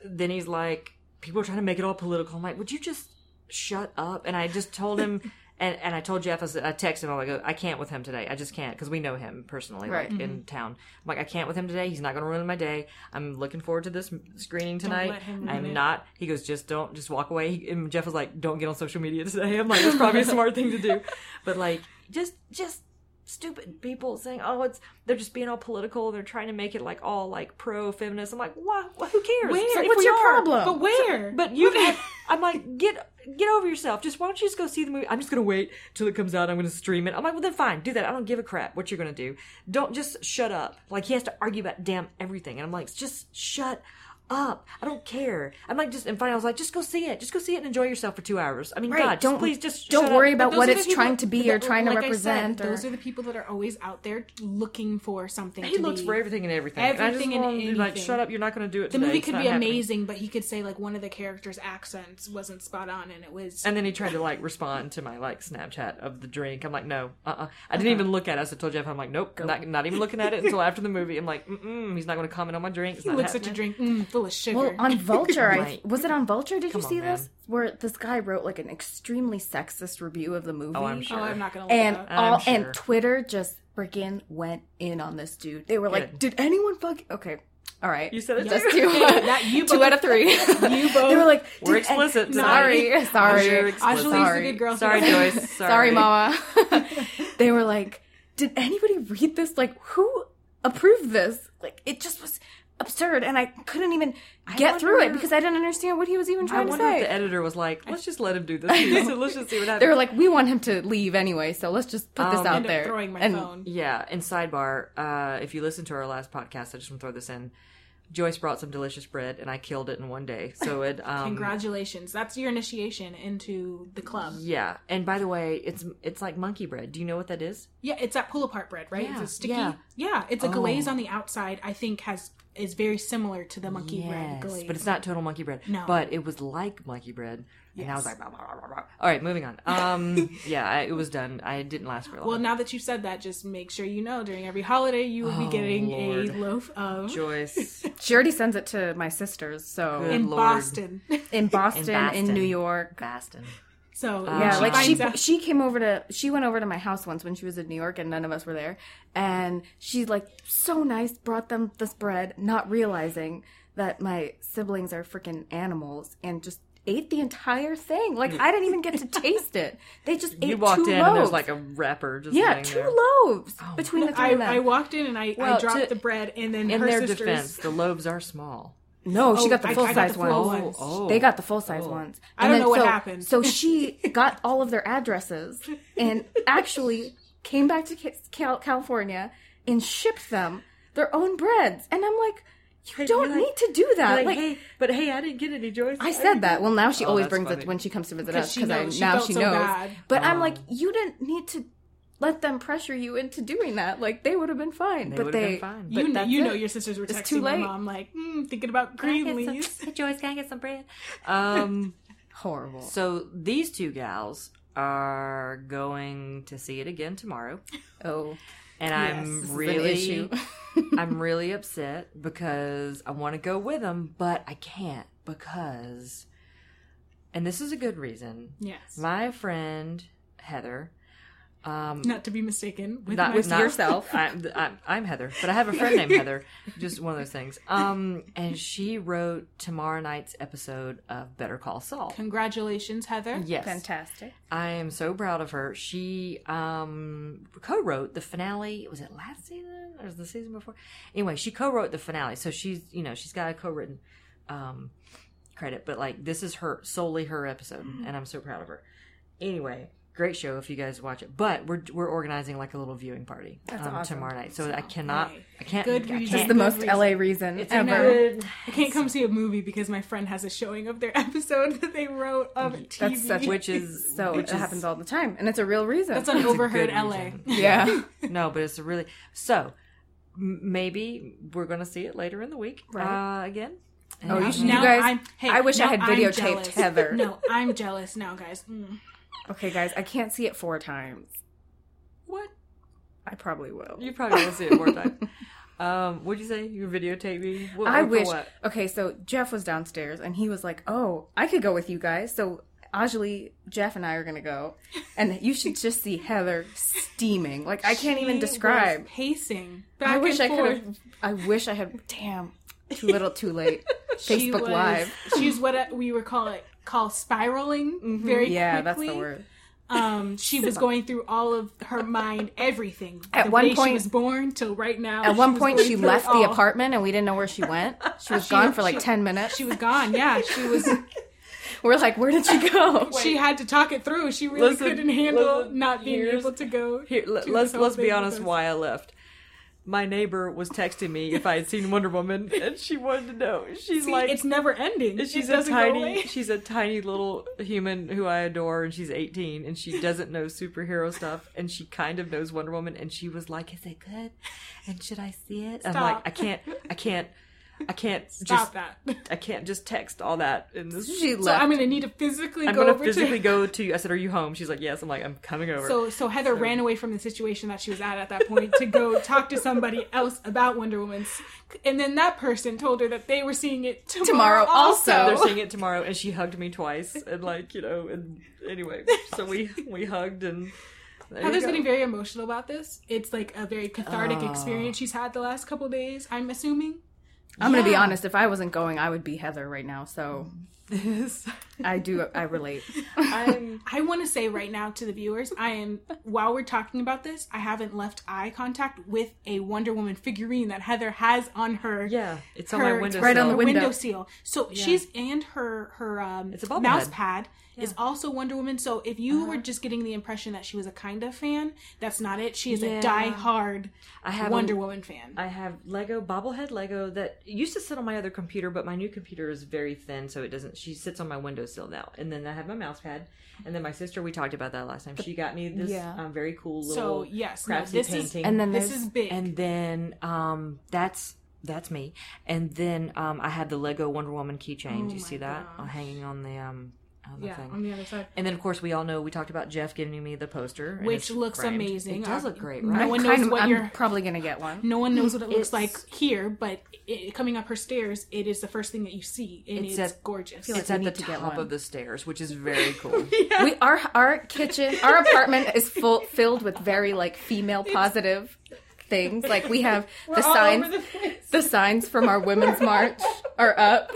Speaker 1: then he's like, people are trying to make it all political. I'm like, would you just shut up? And I just told him, and, and I told Jeff, I, said- I texted him, I'm like, I can't with him today. I just can't because we know him personally,
Speaker 3: Right.
Speaker 1: like in town. I'm like, I can't with him today. He's not going to ruin my day. I'm looking forward to this m- screening tonight.
Speaker 2: let him ruin
Speaker 1: I'm
Speaker 2: it.
Speaker 1: not. He goes, just don't, just walk away. He, and Jeff was like, don't get on social media today. I'm like, that's probably a smart thing to do, but like, just, just stupid people saying, "Oh, it's they're just being all political. They're trying to make it like all like pro feminist." I'm like, "What? Well, who cares?
Speaker 2: Where?
Speaker 1: It's like,
Speaker 2: If
Speaker 1: what's
Speaker 2: we
Speaker 1: your
Speaker 2: are.
Speaker 1: problem?"
Speaker 2: But where?
Speaker 1: But you, have, I'm like, get get over yourself. Just why don't you just go see the movie? I'm just gonna wait till it comes out. I'm gonna stream it. I'm like, well then fine, do that. I don't give a crap what you're gonna do. Don't just shut up. Like he has to argue about damn everything, and I'm like, just shut. Up! I don't care. I'm like just and finally I was like, just go see it. Just go see it and enjoy yourself for two hours. I mean, God,
Speaker 3: don't
Speaker 1: please just
Speaker 3: don't
Speaker 1: shut
Speaker 3: worry
Speaker 1: up.
Speaker 3: about
Speaker 2: Those
Speaker 3: what
Speaker 2: are
Speaker 3: it's
Speaker 2: the people
Speaker 3: trying to be
Speaker 2: that-
Speaker 3: or trying to
Speaker 2: like I said,
Speaker 3: represent. or,
Speaker 2: Those are the people that are always out there looking for something.
Speaker 1: He
Speaker 2: to
Speaker 1: looks
Speaker 2: be-
Speaker 1: for everything and everything. and I just
Speaker 2: Everything and
Speaker 1: want him to be like,
Speaker 2: anything.
Speaker 1: shut up, you're not going to do it
Speaker 2: The
Speaker 1: today.
Speaker 2: movie
Speaker 1: It's
Speaker 2: could
Speaker 1: not
Speaker 2: be
Speaker 1: happening."
Speaker 2: amazing, but he could say like one of the characters' accents wasn't spot on, and it was.
Speaker 1: And then he tried to like respond to my like Snapchat of the drink. I'm like, no, uh-uh. I didn't even look at it. So I told Jeff, I'm like, nope, not, not even looking at it until after the movie. I'm like, mm-mm, he's not going to comment on my drink. It's
Speaker 2: he
Speaker 1: not
Speaker 2: looks at your
Speaker 1: happening.
Speaker 2: drink mm, full of sugar.
Speaker 3: Well, on Vulture, I,
Speaker 1: Right.
Speaker 3: was it on Vulture? Did
Speaker 1: Come
Speaker 3: you
Speaker 1: on,
Speaker 3: see
Speaker 1: man.
Speaker 3: this? Where this guy wrote like an extremely sexist review of the movie.
Speaker 1: Oh, I'm sure.
Speaker 2: oh, I'm not gonna. Look
Speaker 3: And
Speaker 2: it up.
Speaker 3: all
Speaker 1: I'm sure.
Speaker 3: and Twitter just freaking went in on this dude. They were like,
Speaker 1: Good.
Speaker 3: "Did anyone fuck?" Okay, all right.
Speaker 1: You said it
Speaker 3: just
Speaker 1: too.
Speaker 3: two.
Speaker 2: That you
Speaker 3: two
Speaker 2: both-
Speaker 3: out of three.
Speaker 2: You
Speaker 3: they were
Speaker 2: both-
Speaker 3: like,
Speaker 1: We're
Speaker 3: "Did-
Speaker 1: explicit
Speaker 3: Sorry,
Speaker 1: tonight.
Speaker 3: sorry,
Speaker 1: We're
Speaker 2: Anjali's
Speaker 1: explicit.
Speaker 2: the
Speaker 3: Sorry.
Speaker 2: good girl.
Speaker 1: Sorry, Joyce. Sorry,
Speaker 3: sorry, Mama." they were like, "Did anybody read this? Like, who approved this? Like, it just was." Absurd, and I couldn't even get through it
Speaker 1: wonder-
Speaker 3: because I didn't understand what he was even
Speaker 1: I
Speaker 3: trying to
Speaker 1: wonder
Speaker 3: say.
Speaker 1: if the editor was like, let's just let him do this. Let's just- let's just see what happens.
Speaker 3: They were like, we want him to leave anyway, so let's just put this
Speaker 1: Um,
Speaker 3: out
Speaker 2: End
Speaker 3: there.
Speaker 2: up throwing my
Speaker 3: and
Speaker 2: phone.
Speaker 1: Yeah, and sidebar, uh, if you listen to our last podcast, I just want to throw this in. Joyce brought some delicious bread, and I killed it in one day. So it, um,
Speaker 2: Congratulations. That's your initiation into the club.
Speaker 1: yeah. And by the way, it's it's like monkey bread. Do you know what that is?
Speaker 2: Yeah, it's that pull apart bread, right?
Speaker 1: Yeah,
Speaker 2: it's a sticky.
Speaker 1: yeah.
Speaker 2: Yeah, it's a
Speaker 3: Oh.
Speaker 2: glaze on the outside. I think has is very similar to the monkey bread glaze.
Speaker 1: but it's not total monkey bread.
Speaker 2: No.
Speaker 1: but it was like monkey bread, and I was like, "Blah, blah, blah, blah, blah." all right, moving on. Um, yeah, I, it was done. I it didn't last very long.
Speaker 2: well, now that you've said that, just make sure you know during every holiday you
Speaker 3: Oh,
Speaker 2: will be getting
Speaker 1: Lord.
Speaker 2: a loaf of
Speaker 1: Joyce,
Speaker 3: She already sends it to my sisters, so
Speaker 1: Good.
Speaker 2: in
Speaker 1: Lord.
Speaker 2: Boston.
Speaker 3: in Boston, in
Speaker 1: Boston.
Speaker 3: New York.
Speaker 1: Baston.
Speaker 2: so
Speaker 3: Yeah,
Speaker 1: She
Speaker 3: like
Speaker 2: finds
Speaker 3: she
Speaker 2: out-
Speaker 3: she came over to she went over to my house once when she was in New York and none of us were there, and she's like so nice, brought them this bread, not realizing that my siblings are freaking animals and just ate the entire thing. Like I didn't even get to taste it. They just ate
Speaker 1: You walked
Speaker 3: two
Speaker 1: in,
Speaker 3: loaves.
Speaker 1: and there's like a wrapper just
Speaker 3: yeah,
Speaker 1: laying
Speaker 3: two
Speaker 1: there. Oh,
Speaker 3: loaves between the three
Speaker 2: I,
Speaker 3: of them.
Speaker 2: I walked in and I, I
Speaker 1: Well,
Speaker 2: dropped
Speaker 1: to-
Speaker 2: the bread, and then
Speaker 1: In
Speaker 2: her
Speaker 1: their
Speaker 2: sisters.
Speaker 1: defense, the loaves are small.
Speaker 3: No, she
Speaker 2: Oh,
Speaker 3: got the
Speaker 2: I- I
Speaker 3: full
Speaker 2: got
Speaker 3: size
Speaker 2: the full
Speaker 3: one.
Speaker 2: ones.
Speaker 1: Oh,
Speaker 3: They got the full size ones.
Speaker 2: I don't know what
Speaker 3: so,
Speaker 2: happened.
Speaker 3: So she got all of their addresses and actually came back to Ca- Cal- California and shipped them their own breads. And I'm like, you
Speaker 1: Hey,
Speaker 3: don't
Speaker 1: you're like-
Speaker 3: need to do that.
Speaker 1: Like,
Speaker 3: Like,
Speaker 1: hey, but hey, I didn't get any Joyce.
Speaker 3: I said that. Well, now she always
Speaker 1: Oh, that's
Speaker 3: brings
Speaker 1: funny. Oh.
Speaker 3: it when she comes to visit
Speaker 2: 'Cause
Speaker 3: us
Speaker 2: uh, she
Speaker 3: because I
Speaker 2: knows. She
Speaker 3: now
Speaker 2: felt
Speaker 3: she
Speaker 2: so
Speaker 3: knows.
Speaker 2: bad.
Speaker 3: But I'm like, you didn't need to let them pressure you into doing that. Like they would have been fine.
Speaker 1: They
Speaker 3: but
Speaker 1: would've
Speaker 3: they
Speaker 1: been fine.
Speaker 2: You, kn-
Speaker 3: that's
Speaker 2: you
Speaker 3: it.
Speaker 2: know your sisters were texting
Speaker 3: too
Speaker 2: my
Speaker 3: late.
Speaker 2: mom like mm, thinking about green leaves.
Speaker 1: Hey, Joyce, can I get some bread? Um,
Speaker 3: horrible.
Speaker 1: so these two gals are going to see it again tomorrow,
Speaker 3: Oh,
Speaker 1: and
Speaker 2: Yes,
Speaker 1: I'm
Speaker 2: this is
Speaker 3: this is an
Speaker 1: really,
Speaker 3: issue.
Speaker 1: I'm really upset because I want to go with them, but I can't because, and this is a good reason.
Speaker 2: Yes.
Speaker 1: My friend Heather Um,
Speaker 2: Not to be mistaken with
Speaker 1: not
Speaker 2: my
Speaker 3: with yourself.
Speaker 1: I'm, I'm, I'm Heather, but I have a friend named Heather. Just one of those things. Um, and she wrote tomorrow night's episode of Better Call Saul.
Speaker 2: Congratulations, Heather.
Speaker 1: Yes,
Speaker 3: Fantastic.
Speaker 1: I am so proud of her. She um, co-wrote the finale. Was it last season or was it the season before? Anyway, she co-wrote the finale, so she's you know she's got a co-written um, credit, but like this is her solely her episode,
Speaker 3: Mm-hmm.
Speaker 1: and I'm so proud of her. Anyway, great show if you guys watch it. But we're we're organizing like a little viewing party
Speaker 3: That's
Speaker 1: um,
Speaker 3: awesome.
Speaker 1: tomorrow night, so I cannot,
Speaker 2: Yay.
Speaker 1: I can't,
Speaker 2: Good
Speaker 1: I
Speaker 2: reason.
Speaker 3: That's
Speaker 1: can't.
Speaker 3: the
Speaker 2: Good
Speaker 3: most
Speaker 2: reason.
Speaker 3: LA reason
Speaker 1: it's
Speaker 3: ever.
Speaker 2: no.
Speaker 1: good.
Speaker 2: I can't come see a movie because my friend has a showing of their episode that they wrote of TV.
Speaker 3: That's such
Speaker 1: Which is
Speaker 3: so
Speaker 1: which
Speaker 3: it happens all the time, and it's a Oh, real reason.
Speaker 2: That's an
Speaker 1: a
Speaker 2: overheard
Speaker 1: good
Speaker 2: LA.
Speaker 1: reason.
Speaker 3: yeah.
Speaker 1: no, but it's a really so. m- Maybe we're gonna see it later in the week
Speaker 3: Right.
Speaker 1: uh, again.
Speaker 3: Oh,
Speaker 1: And-
Speaker 3: you should-
Speaker 2: Now
Speaker 3: guys-
Speaker 2: I'm, hey,
Speaker 3: I wish I
Speaker 2: now
Speaker 3: had
Speaker 2: I'm
Speaker 3: videotaped
Speaker 2: jealous.
Speaker 3: Heather.
Speaker 2: No, I'm jealous now, guys. Mm.
Speaker 3: Okay, guys, I can't see it four times.
Speaker 1: what
Speaker 3: I probably will.
Speaker 1: you probably will see it more time. Um, what'd you say? You videotape me? What,
Speaker 3: I
Speaker 1: for
Speaker 3: wish.
Speaker 1: What?
Speaker 3: Okay, so Jeff was downstairs and he was like, "Oh, I could go with you guys." So Ajali, Jeff, and I are gonna go, and you should just see Heather steaming. Like I can't even
Speaker 2: She was
Speaker 3: describe.
Speaker 2: pacing. Back
Speaker 3: I wish I
Speaker 2: and
Speaker 3: could.
Speaker 2: forth.
Speaker 3: have I wish I had. Damn, too little, too late.
Speaker 2: She
Speaker 3: Facebook
Speaker 2: was-
Speaker 3: Live.
Speaker 2: She's what I- we would call it call spiraling very
Speaker 3: Mm-hmm. Yeah,
Speaker 2: quickly.
Speaker 3: that's the word.
Speaker 2: Um, she was going through all of her mind, everything.
Speaker 3: At
Speaker 2: the
Speaker 3: one
Speaker 2: way
Speaker 3: point-
Speaker 2: she was born till right now.
Speaker 3: At one
Speaker 2: was
Speaker 3: point,
Speaker 2: going
Speaker 3: she
Speaker 2: through it
Speaker 3: left the
Speaker 2: all.
Speaker 3: apartment and we didn't know where she went. She was gone for like
Speaker 2: she-
Speaker 3: ten minutes.
Speaker 2: She was gone. Yeah, she was.
Speaker 3: We're like, "Where did she go?"
Speaker 2: she had to talk it through. She really
Speaker 1: Listen,
Speaker 2: couldn't handle
Speaker 1: listen,
Speaker 2: not being
Speaker 1: here's-
Speaker 2: able to go.
Speaker 1: Here, let,
Speaker 2: to
Speaker 1: let's
Speaker 2: the whole
Speaker 1: let's be
Speaker 2: thing
Speaker 1: honest.
Speaker 2: with us.
Speaker 1: Why I left? My neighbor was texting me if I had seen Wonder Woman, and she wanted to know. She's
Speaker 2: See,
Speaker 1: like,
Speaker 2: it's never ending. It
Speaker 1: she's a
Speaker 2: doesn't go
Speaker 1: tiny,
Speaker 2: away.
Speaker 1: she's a tiny little human who I adore, and she's 18, and she doesn't know superhero stuff, and she kind of knows Wonder Woman, and she was like, "Is it good? And should I see it?" And I'm like,
Speaker 2: Stop.
Speaker 1: "I can't, I can't, I can't
Speaker 2: Stop
Speaker 1: just,
Speaker 2: that.
Speaker 1: I can't just text all that in this."
Speaker 3: She
Speaker 2: So
Speaker 3: left.
Speaker 2: I'm gonna need to physically
Speaker 1: I'm
Speaker 2: go
Speaker 1: gonna
Speaker 2: over
Speaker 1: physically
Speaker 2: to.
Speaker 1: go to. I said, "Are you home?" She's like, "Yes." I'm like, "I'm coming over."
Speaker 2: So, so Heather ran away from the situation that she was at at that point to go talk to somebody else about Wonder Woman, and then that person told her that they were seeing it tomorrow.
Speaker 3: Tomorrow also.
Speaker 2: also.
Speaker 1: they're seeing it tomorrow, and she hugged me twice, and like you know, and anyway, so we we hugged and. there you
Speaker 2: Heather's
Speaker 1: go.
Speaker 2: getting very emotional about this. It's like a very cathartic
Speaker 1: Oh.
Speaker 2: experience she's had the last couple days. I'm assuming.
Speaker 3: I'm gonna be
Speaker 1: Yeah.
Speaker 3: honest. If I wasn't going, I would be Heather right now. So I do. I relate.
Speaker 1: I'm
Speaker 2: I want to say right now to the viewers, I am while we're talking about this, I haven't left eye contact with a Wonder Woman figurine that Heather has on her.
Speaker 1: yeah, it's on
Speaker 2: her-
Speaker 1: my window.
Speaker 3: right on
Speaker 1: sill.
Speaker 3: the
Speaker 2: her
Speaker 3: window.
Speaker 2: windowsill. So she's and her her um
Speaker 1: It's a bobblehead.
Speaker 2: mouse pad is also Wonder Woman. So if you
Speaker 1: Uh-huh.
Speaker 2: were just getting the impression that she was a kind of fan, that's not it. She is
Speaker 1: Yeah.
Speaker 2: a die-hard
Speaker 1: I have a-
Speaker 2: Wonder Woman fan.
Speaker 1: I have Lego bobblehead Lego that used to sit on my other computer, but my new computer is very thin, so it doesn't. She sits on my windowsill now, and then I have my mouse pad, and then my sister. We talked about that last time. She got me this
Speaker 3: Yeah.
Speaker 1: um, very cool
Speaker 2: so
Speaker 1: little
Speaker 2: yes, no,
Speaker 1: craftsy
Speaker 2: this
Speaker 1: painting,
Speaker 2: is
Speaker 3: And then
Speaker 2: this
Speaker 3: there's
Speaker 2: is big.
Speaker 1: and then um, that's that's me, and then um, I have the Lego Wonder Woman keychain.
Speaker 2: Oh
Speaker 1: Do you
Speaker 2: my
Speaker 1: see that Uh,
Speaker 2: gosh.
Speaker 1: hanging on the um on the
Speaker 2: yeah,
Speaker 1: thing?
Speaker 2: on the other side.
Speaker 1: and then, of course, we all know we talked about Jeff giving me the poster, and
Speaker 2: Which
Speaker 1: it's
Speaker 2: looks
Speaker 1: framed.
Speaker 2: amazing.
Speaker 1: It does
Speaker 2: Uh,
Speaker 1: look great,
Speaker 2: no
Speaker 1: right?
Speaker 3: I'm
Speaker 2: one knows what
Speaker 3: I'm
Speaker 2: you're-
Speaker 3: probably gonna get one.
Speaker 2: No one knows what it looks
Speaker 1: It's-
Speaker 2: like here, but it, coming up her stairs, it is the first thing that you see, and
Speaker 1: It's
Speaker 2: it's,
Speaker 1: at-
Speaker 2: gorgeous.
Speaker 3: feel like
Speaker 1: it's
Speaker 3: we
Speaker 1: at the
Speaker 3: need to get
Speaker 1: top
Speaker 3: one.
Speaker 1: of the stairs, which is very cool.
Speaker 3: We our our kitchen, our apartment is full filled with very like female positive things. Like we have the
Speaker 2: all
Speaker 3: signs,
Speaker 2: over the place.
Speaker 3: the signs from our women's march are up.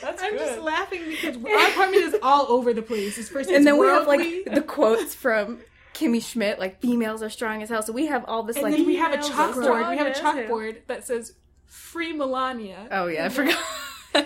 Speaker 1: That's
Speaker 2: I'm just laughing because our apartment is all over the place. It's first,
Speaker 3: and then we have
Speaker 2: worldly,
Speaker 3: like the quotes from Kimmy Schmidt, like females are strong as hell. So we have all this
Speaker 2: and
Speaker 3: like
Speaker 2: then we have a
Speaker 1: emails are
Speaker 2: chalkboard. We have a
Speaker 1: strong as hell.
Speaker 2: chalkboard that says "Free Melania."
Speaker 3: oh yeah, I forgot.
Speaker 2: so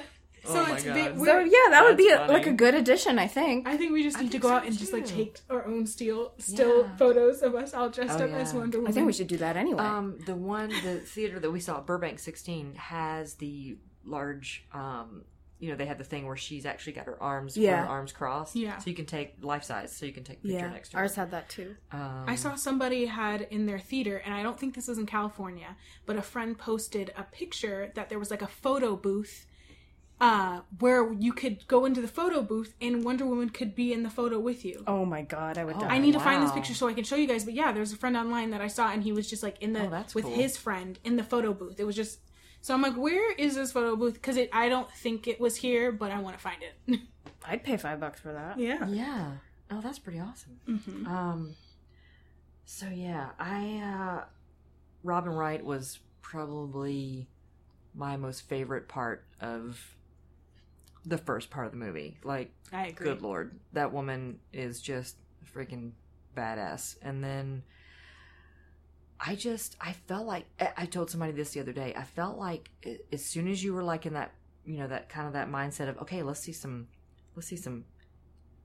Speaker 1: Oh my
Speaker 2: it's
Speaker 1: God.
Speaker 2: big-
Speaker 3: So
Speaker 2: we're-
Speaker 3: yeah, that would be
Speaker 1: That's
Speaker 3: a, like
Speaker 1: funny.
Speaker 3: a good addition, I think.
Speaker 2: I think we just
Speaker 1: I
Speaker 2: need to
Speaker 1: think
Speaker 2: go
Speaker 1: so,
Speaker 2: out and just like
Speaker 1: too.
Speaker 2: take our own steel still
Speaker 1: Yeah.
Speaker 2: photos of us all dressed
Speaker 1: Oh,
Speaker 2: up as
Speaker 1: yeah.
Speaker 2: Wonder Woman.
Speaker 3: I think we should do that anyway.
Speaker 1: Um, the one, the theater that we saw, Burbank 16, has the large, um, you know, they have the thing where she's actually got her arms, where
Speaker 3: Yeah.
Speaker 1: her arms crossed.
Speaker 2: Yeah.
Speaker 1: So you can take life size, so you can take a picture
Speaker 3: yeah,
Speaker 1: next to her.
Speaker 3: ours had that too.
Speaker 1: Um,
Speaker 2: I saw somebody had in their theater, and I don't think this was in California, but a friend posted a picture that there was like a photo booth uh, where you could go into the photo booth and Wonder Woman could be in the photo with you.
Speaker 3: Oh my god, I would die.
Speaker 2: I need to find this
Speaker 1: wow.
Speaker 2: picture so I can show you guys. But yeah, there's a friend online that I saw, and he was just like in the
Speaker 1: Oh, that's
Speaker 2: with
Speaker 1: cool.
Speaker 2: his friend in the photo booth. It was just so I'm like, where is this photo booth? Because I don't think it was here, but I want to find it.
Speaker 3: I'd pay five bucks for that.
Speaker 2: yeah.
Speaker 1: Yeah. Oh, that's pretty awesome.
Speaker 3: Mm-hmm.
Speaker 2: hmm
Speaker 1: Um, so yeah, I uh, Robin Wright was probably my most favorite part of the first part of the movie. Like,
Speaker 2: I agree.
Speaker 1: good lord, that woman is just freaking badass. And then I just I felt like I- I told somebody this the other day. I felt like a- as soon as you were like in that you know that kind of that mindset of okay, let's see some let's see some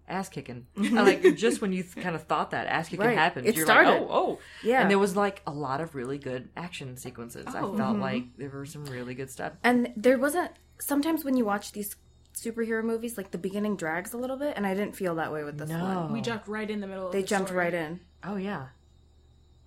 Speaker 1: ass kicking. I like just when you th- kind of thought that ass kicking
Speaker 3: Right.
Speaker 1: happened,
Speaker 3: It
Speaker 1: you're like,
Speaker 3: started.
Speaker 1: oh, oh.
Speaker 3: Yeah.
Speaker 1: And there was like a lot of really good action sequences. I
Speaker 2: Oh.
Speaker 1: felt like there were some really good stuff.
Speaker 3: And there wasn't sometimes when you watch these superhero movies, like the beginning drags a little bit, and I didn't feel that way with this
Speaker 1: No.
Speaker 3: one.
Speaker 2: We jumped right in the middle. Of
Speaker 3: They
Speaker 2: the
Speaker 3: jumped
Speaker 2: story.
Speaker 3: right in.
Speaker 1: Oh yeah.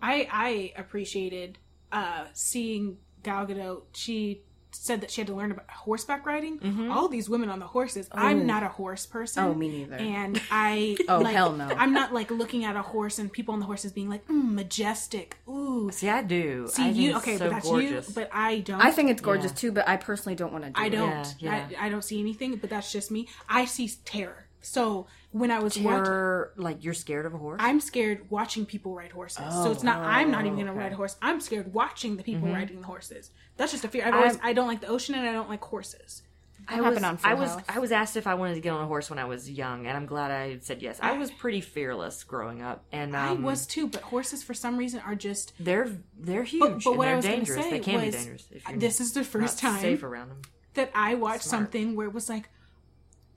Speaker 2: I I appreciated uh seeing Gal Gadot. She said that she had to learn about horseback riding. All these women on the horses. I'm not a horse person.
Speaker 3: Mm-hmm. Oh, me neither.
Speaker 2: And I
Speaker 3: Oh,
Speaker 2: like,
Speaker 3: hell no.
Speaker 2: I'm not like looking at a horse and people on the horses being like mm, majestic. Ooh,
Speaker 1: See, I do.
Speaker 2: see
Speaker 1: I think
Speaker 2: you.
Speaker 1: it's
Speaker 2: Okay,
Speaker 1: so
Speaker 2: but that's
Speaker 1: gorgeous.
Speaker 2: you. But I don't.
Speaker 3: I think it's gorgeous
Speaker 1: Yeah.
Speaker 3: too, but I personally don't want to do
Speaker 2: I
Speaker 3: it.
Speaker 2: don't.
Speaker 1: Yeah,
Speaker 2: I, I don't see anything. But that's just me. I see terror. So when I was watching,
Speaker 1: You're like you're scared of a horse.
Speaker 2: I'm scared watching people ride horses. so it's not. I'm
Speaker 1: Oh,
Speaker 2: not even going to ride a horse. I'm scared watching the
Speaker 1: Mm-hmm.
Speaker 2: people riding the horses. That's just a fear. I've always, I don't like the ocean and I don't like horses.
Speaker 1: I
Speaker 3: happened
Speaker 1: was,
Speaker 3: on Full
Speaker 1: I was
Speaker 3: House.
Speaker 1: I was asked if I wanted to get on a horse when I was young, and I'm glad I said yes. I was pretty fearless growing up, and um,
Speaker 2: I was too, but horses for some reason are just.
Speaker 1: They're they're huge
Speaker 2: But, but
Speaker 1: and
Speaker 2: what
Speaker 1: they're
Speaker 2: I was going to
Speaker 1: dangerous.
Speaker 2: say
Speaker 1: they can
Speaker 2: was,
Speaker 1: be dangerous. If you're
Speaker 2: this is the first
Speaker 1: not
Speaker 2: time
Speaker 1: safe around them.
Speaker 2: that I watched
Speaker 1: Smart.
Speaker 2: something where it was like,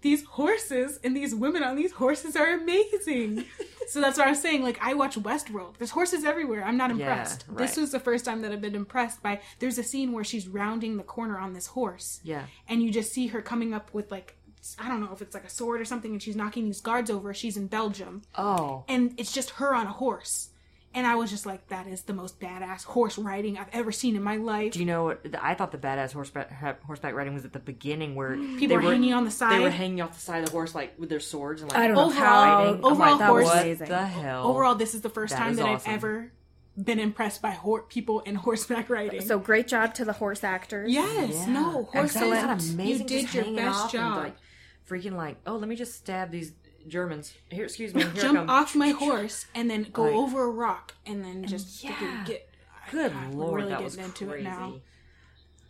Speaker 2: these horses and these women on these horses are amazing. so that's what I was saying. Like I watch Westworld. There's horses everywhere. I'm not impressed. This
Speaker 1: right.
Speaker 2: was the first time that I've been impressed by. There's a scene where she's rounding the corner on this horse.
Speaker 1: Yeah,
Speaker 2: and you just see her coming up with like I don't know if it's like a sword or something, and she's knocking these guards over. She's in Belgium,
Speaker 1: oh,
Speaker 2: and it's just her on a horse. And I was just like, that is the most badass horse riding I've ever seen in my life.
Speaker 1: do you know what? I thought the badass horseback ha- horseback riding was at the beginning where
Speaker 2: People
Speaker 1: they
Speaker 2: are
Speaker 1: were
Speaker 2: hanging on the side.
Speaker 1: they were hanging off the side of the horse like with their swords and like oh,
Speaker 3: I don't know how
Speaker 2: Overall-
Speaker 3: I didn't. I'm
Speaker 2: overall
Speaker 3: like, that was
Speaker 2: horse-
Speaker 1: what
Speaker 3: amazing.
Speaker 1: the hell.
Speaker 2: Overall, this is the first
Speaker 1: That
Speaker 2: time
Speaker 1: is
Speaker 2: that
Speaker 1: awesome.
Speaker 2: I've ever been impressed by hor- people in horseback riding.
Speaker 3: So great job to the horse actors.
Speaker 2: yes,
Speaker 1: Yeah.
Speaker 2: no, horses.
Speaker 1: Excellent. Isn't that
Speaker 2: You
Speaker 1: amazing?
Speaker 2: did
Speaker 1: Just
Speaker 2: your
Speaker 1: hanging
Speaker 2: best
Speaker 1: off and,
Speaker 2: job.
Speaker 1: like, freaking like, oh, let me just stab these Germans. Here, excuse me. Here I come.
Speaker 2: Jump off my horse and then go
Speaker 1: Like-
Speaker 2: over a rock and then just
Speaker 1: yeah.
Speaker 2: freaking get. I-
Speaker 1: Good
Speaker 2: I'm
Speaker 1: lord,
Speaker 2: really
Speaker 1: that was
Speaker 2: getting into
Speaker 1: crazy.
Speaker 2: it now.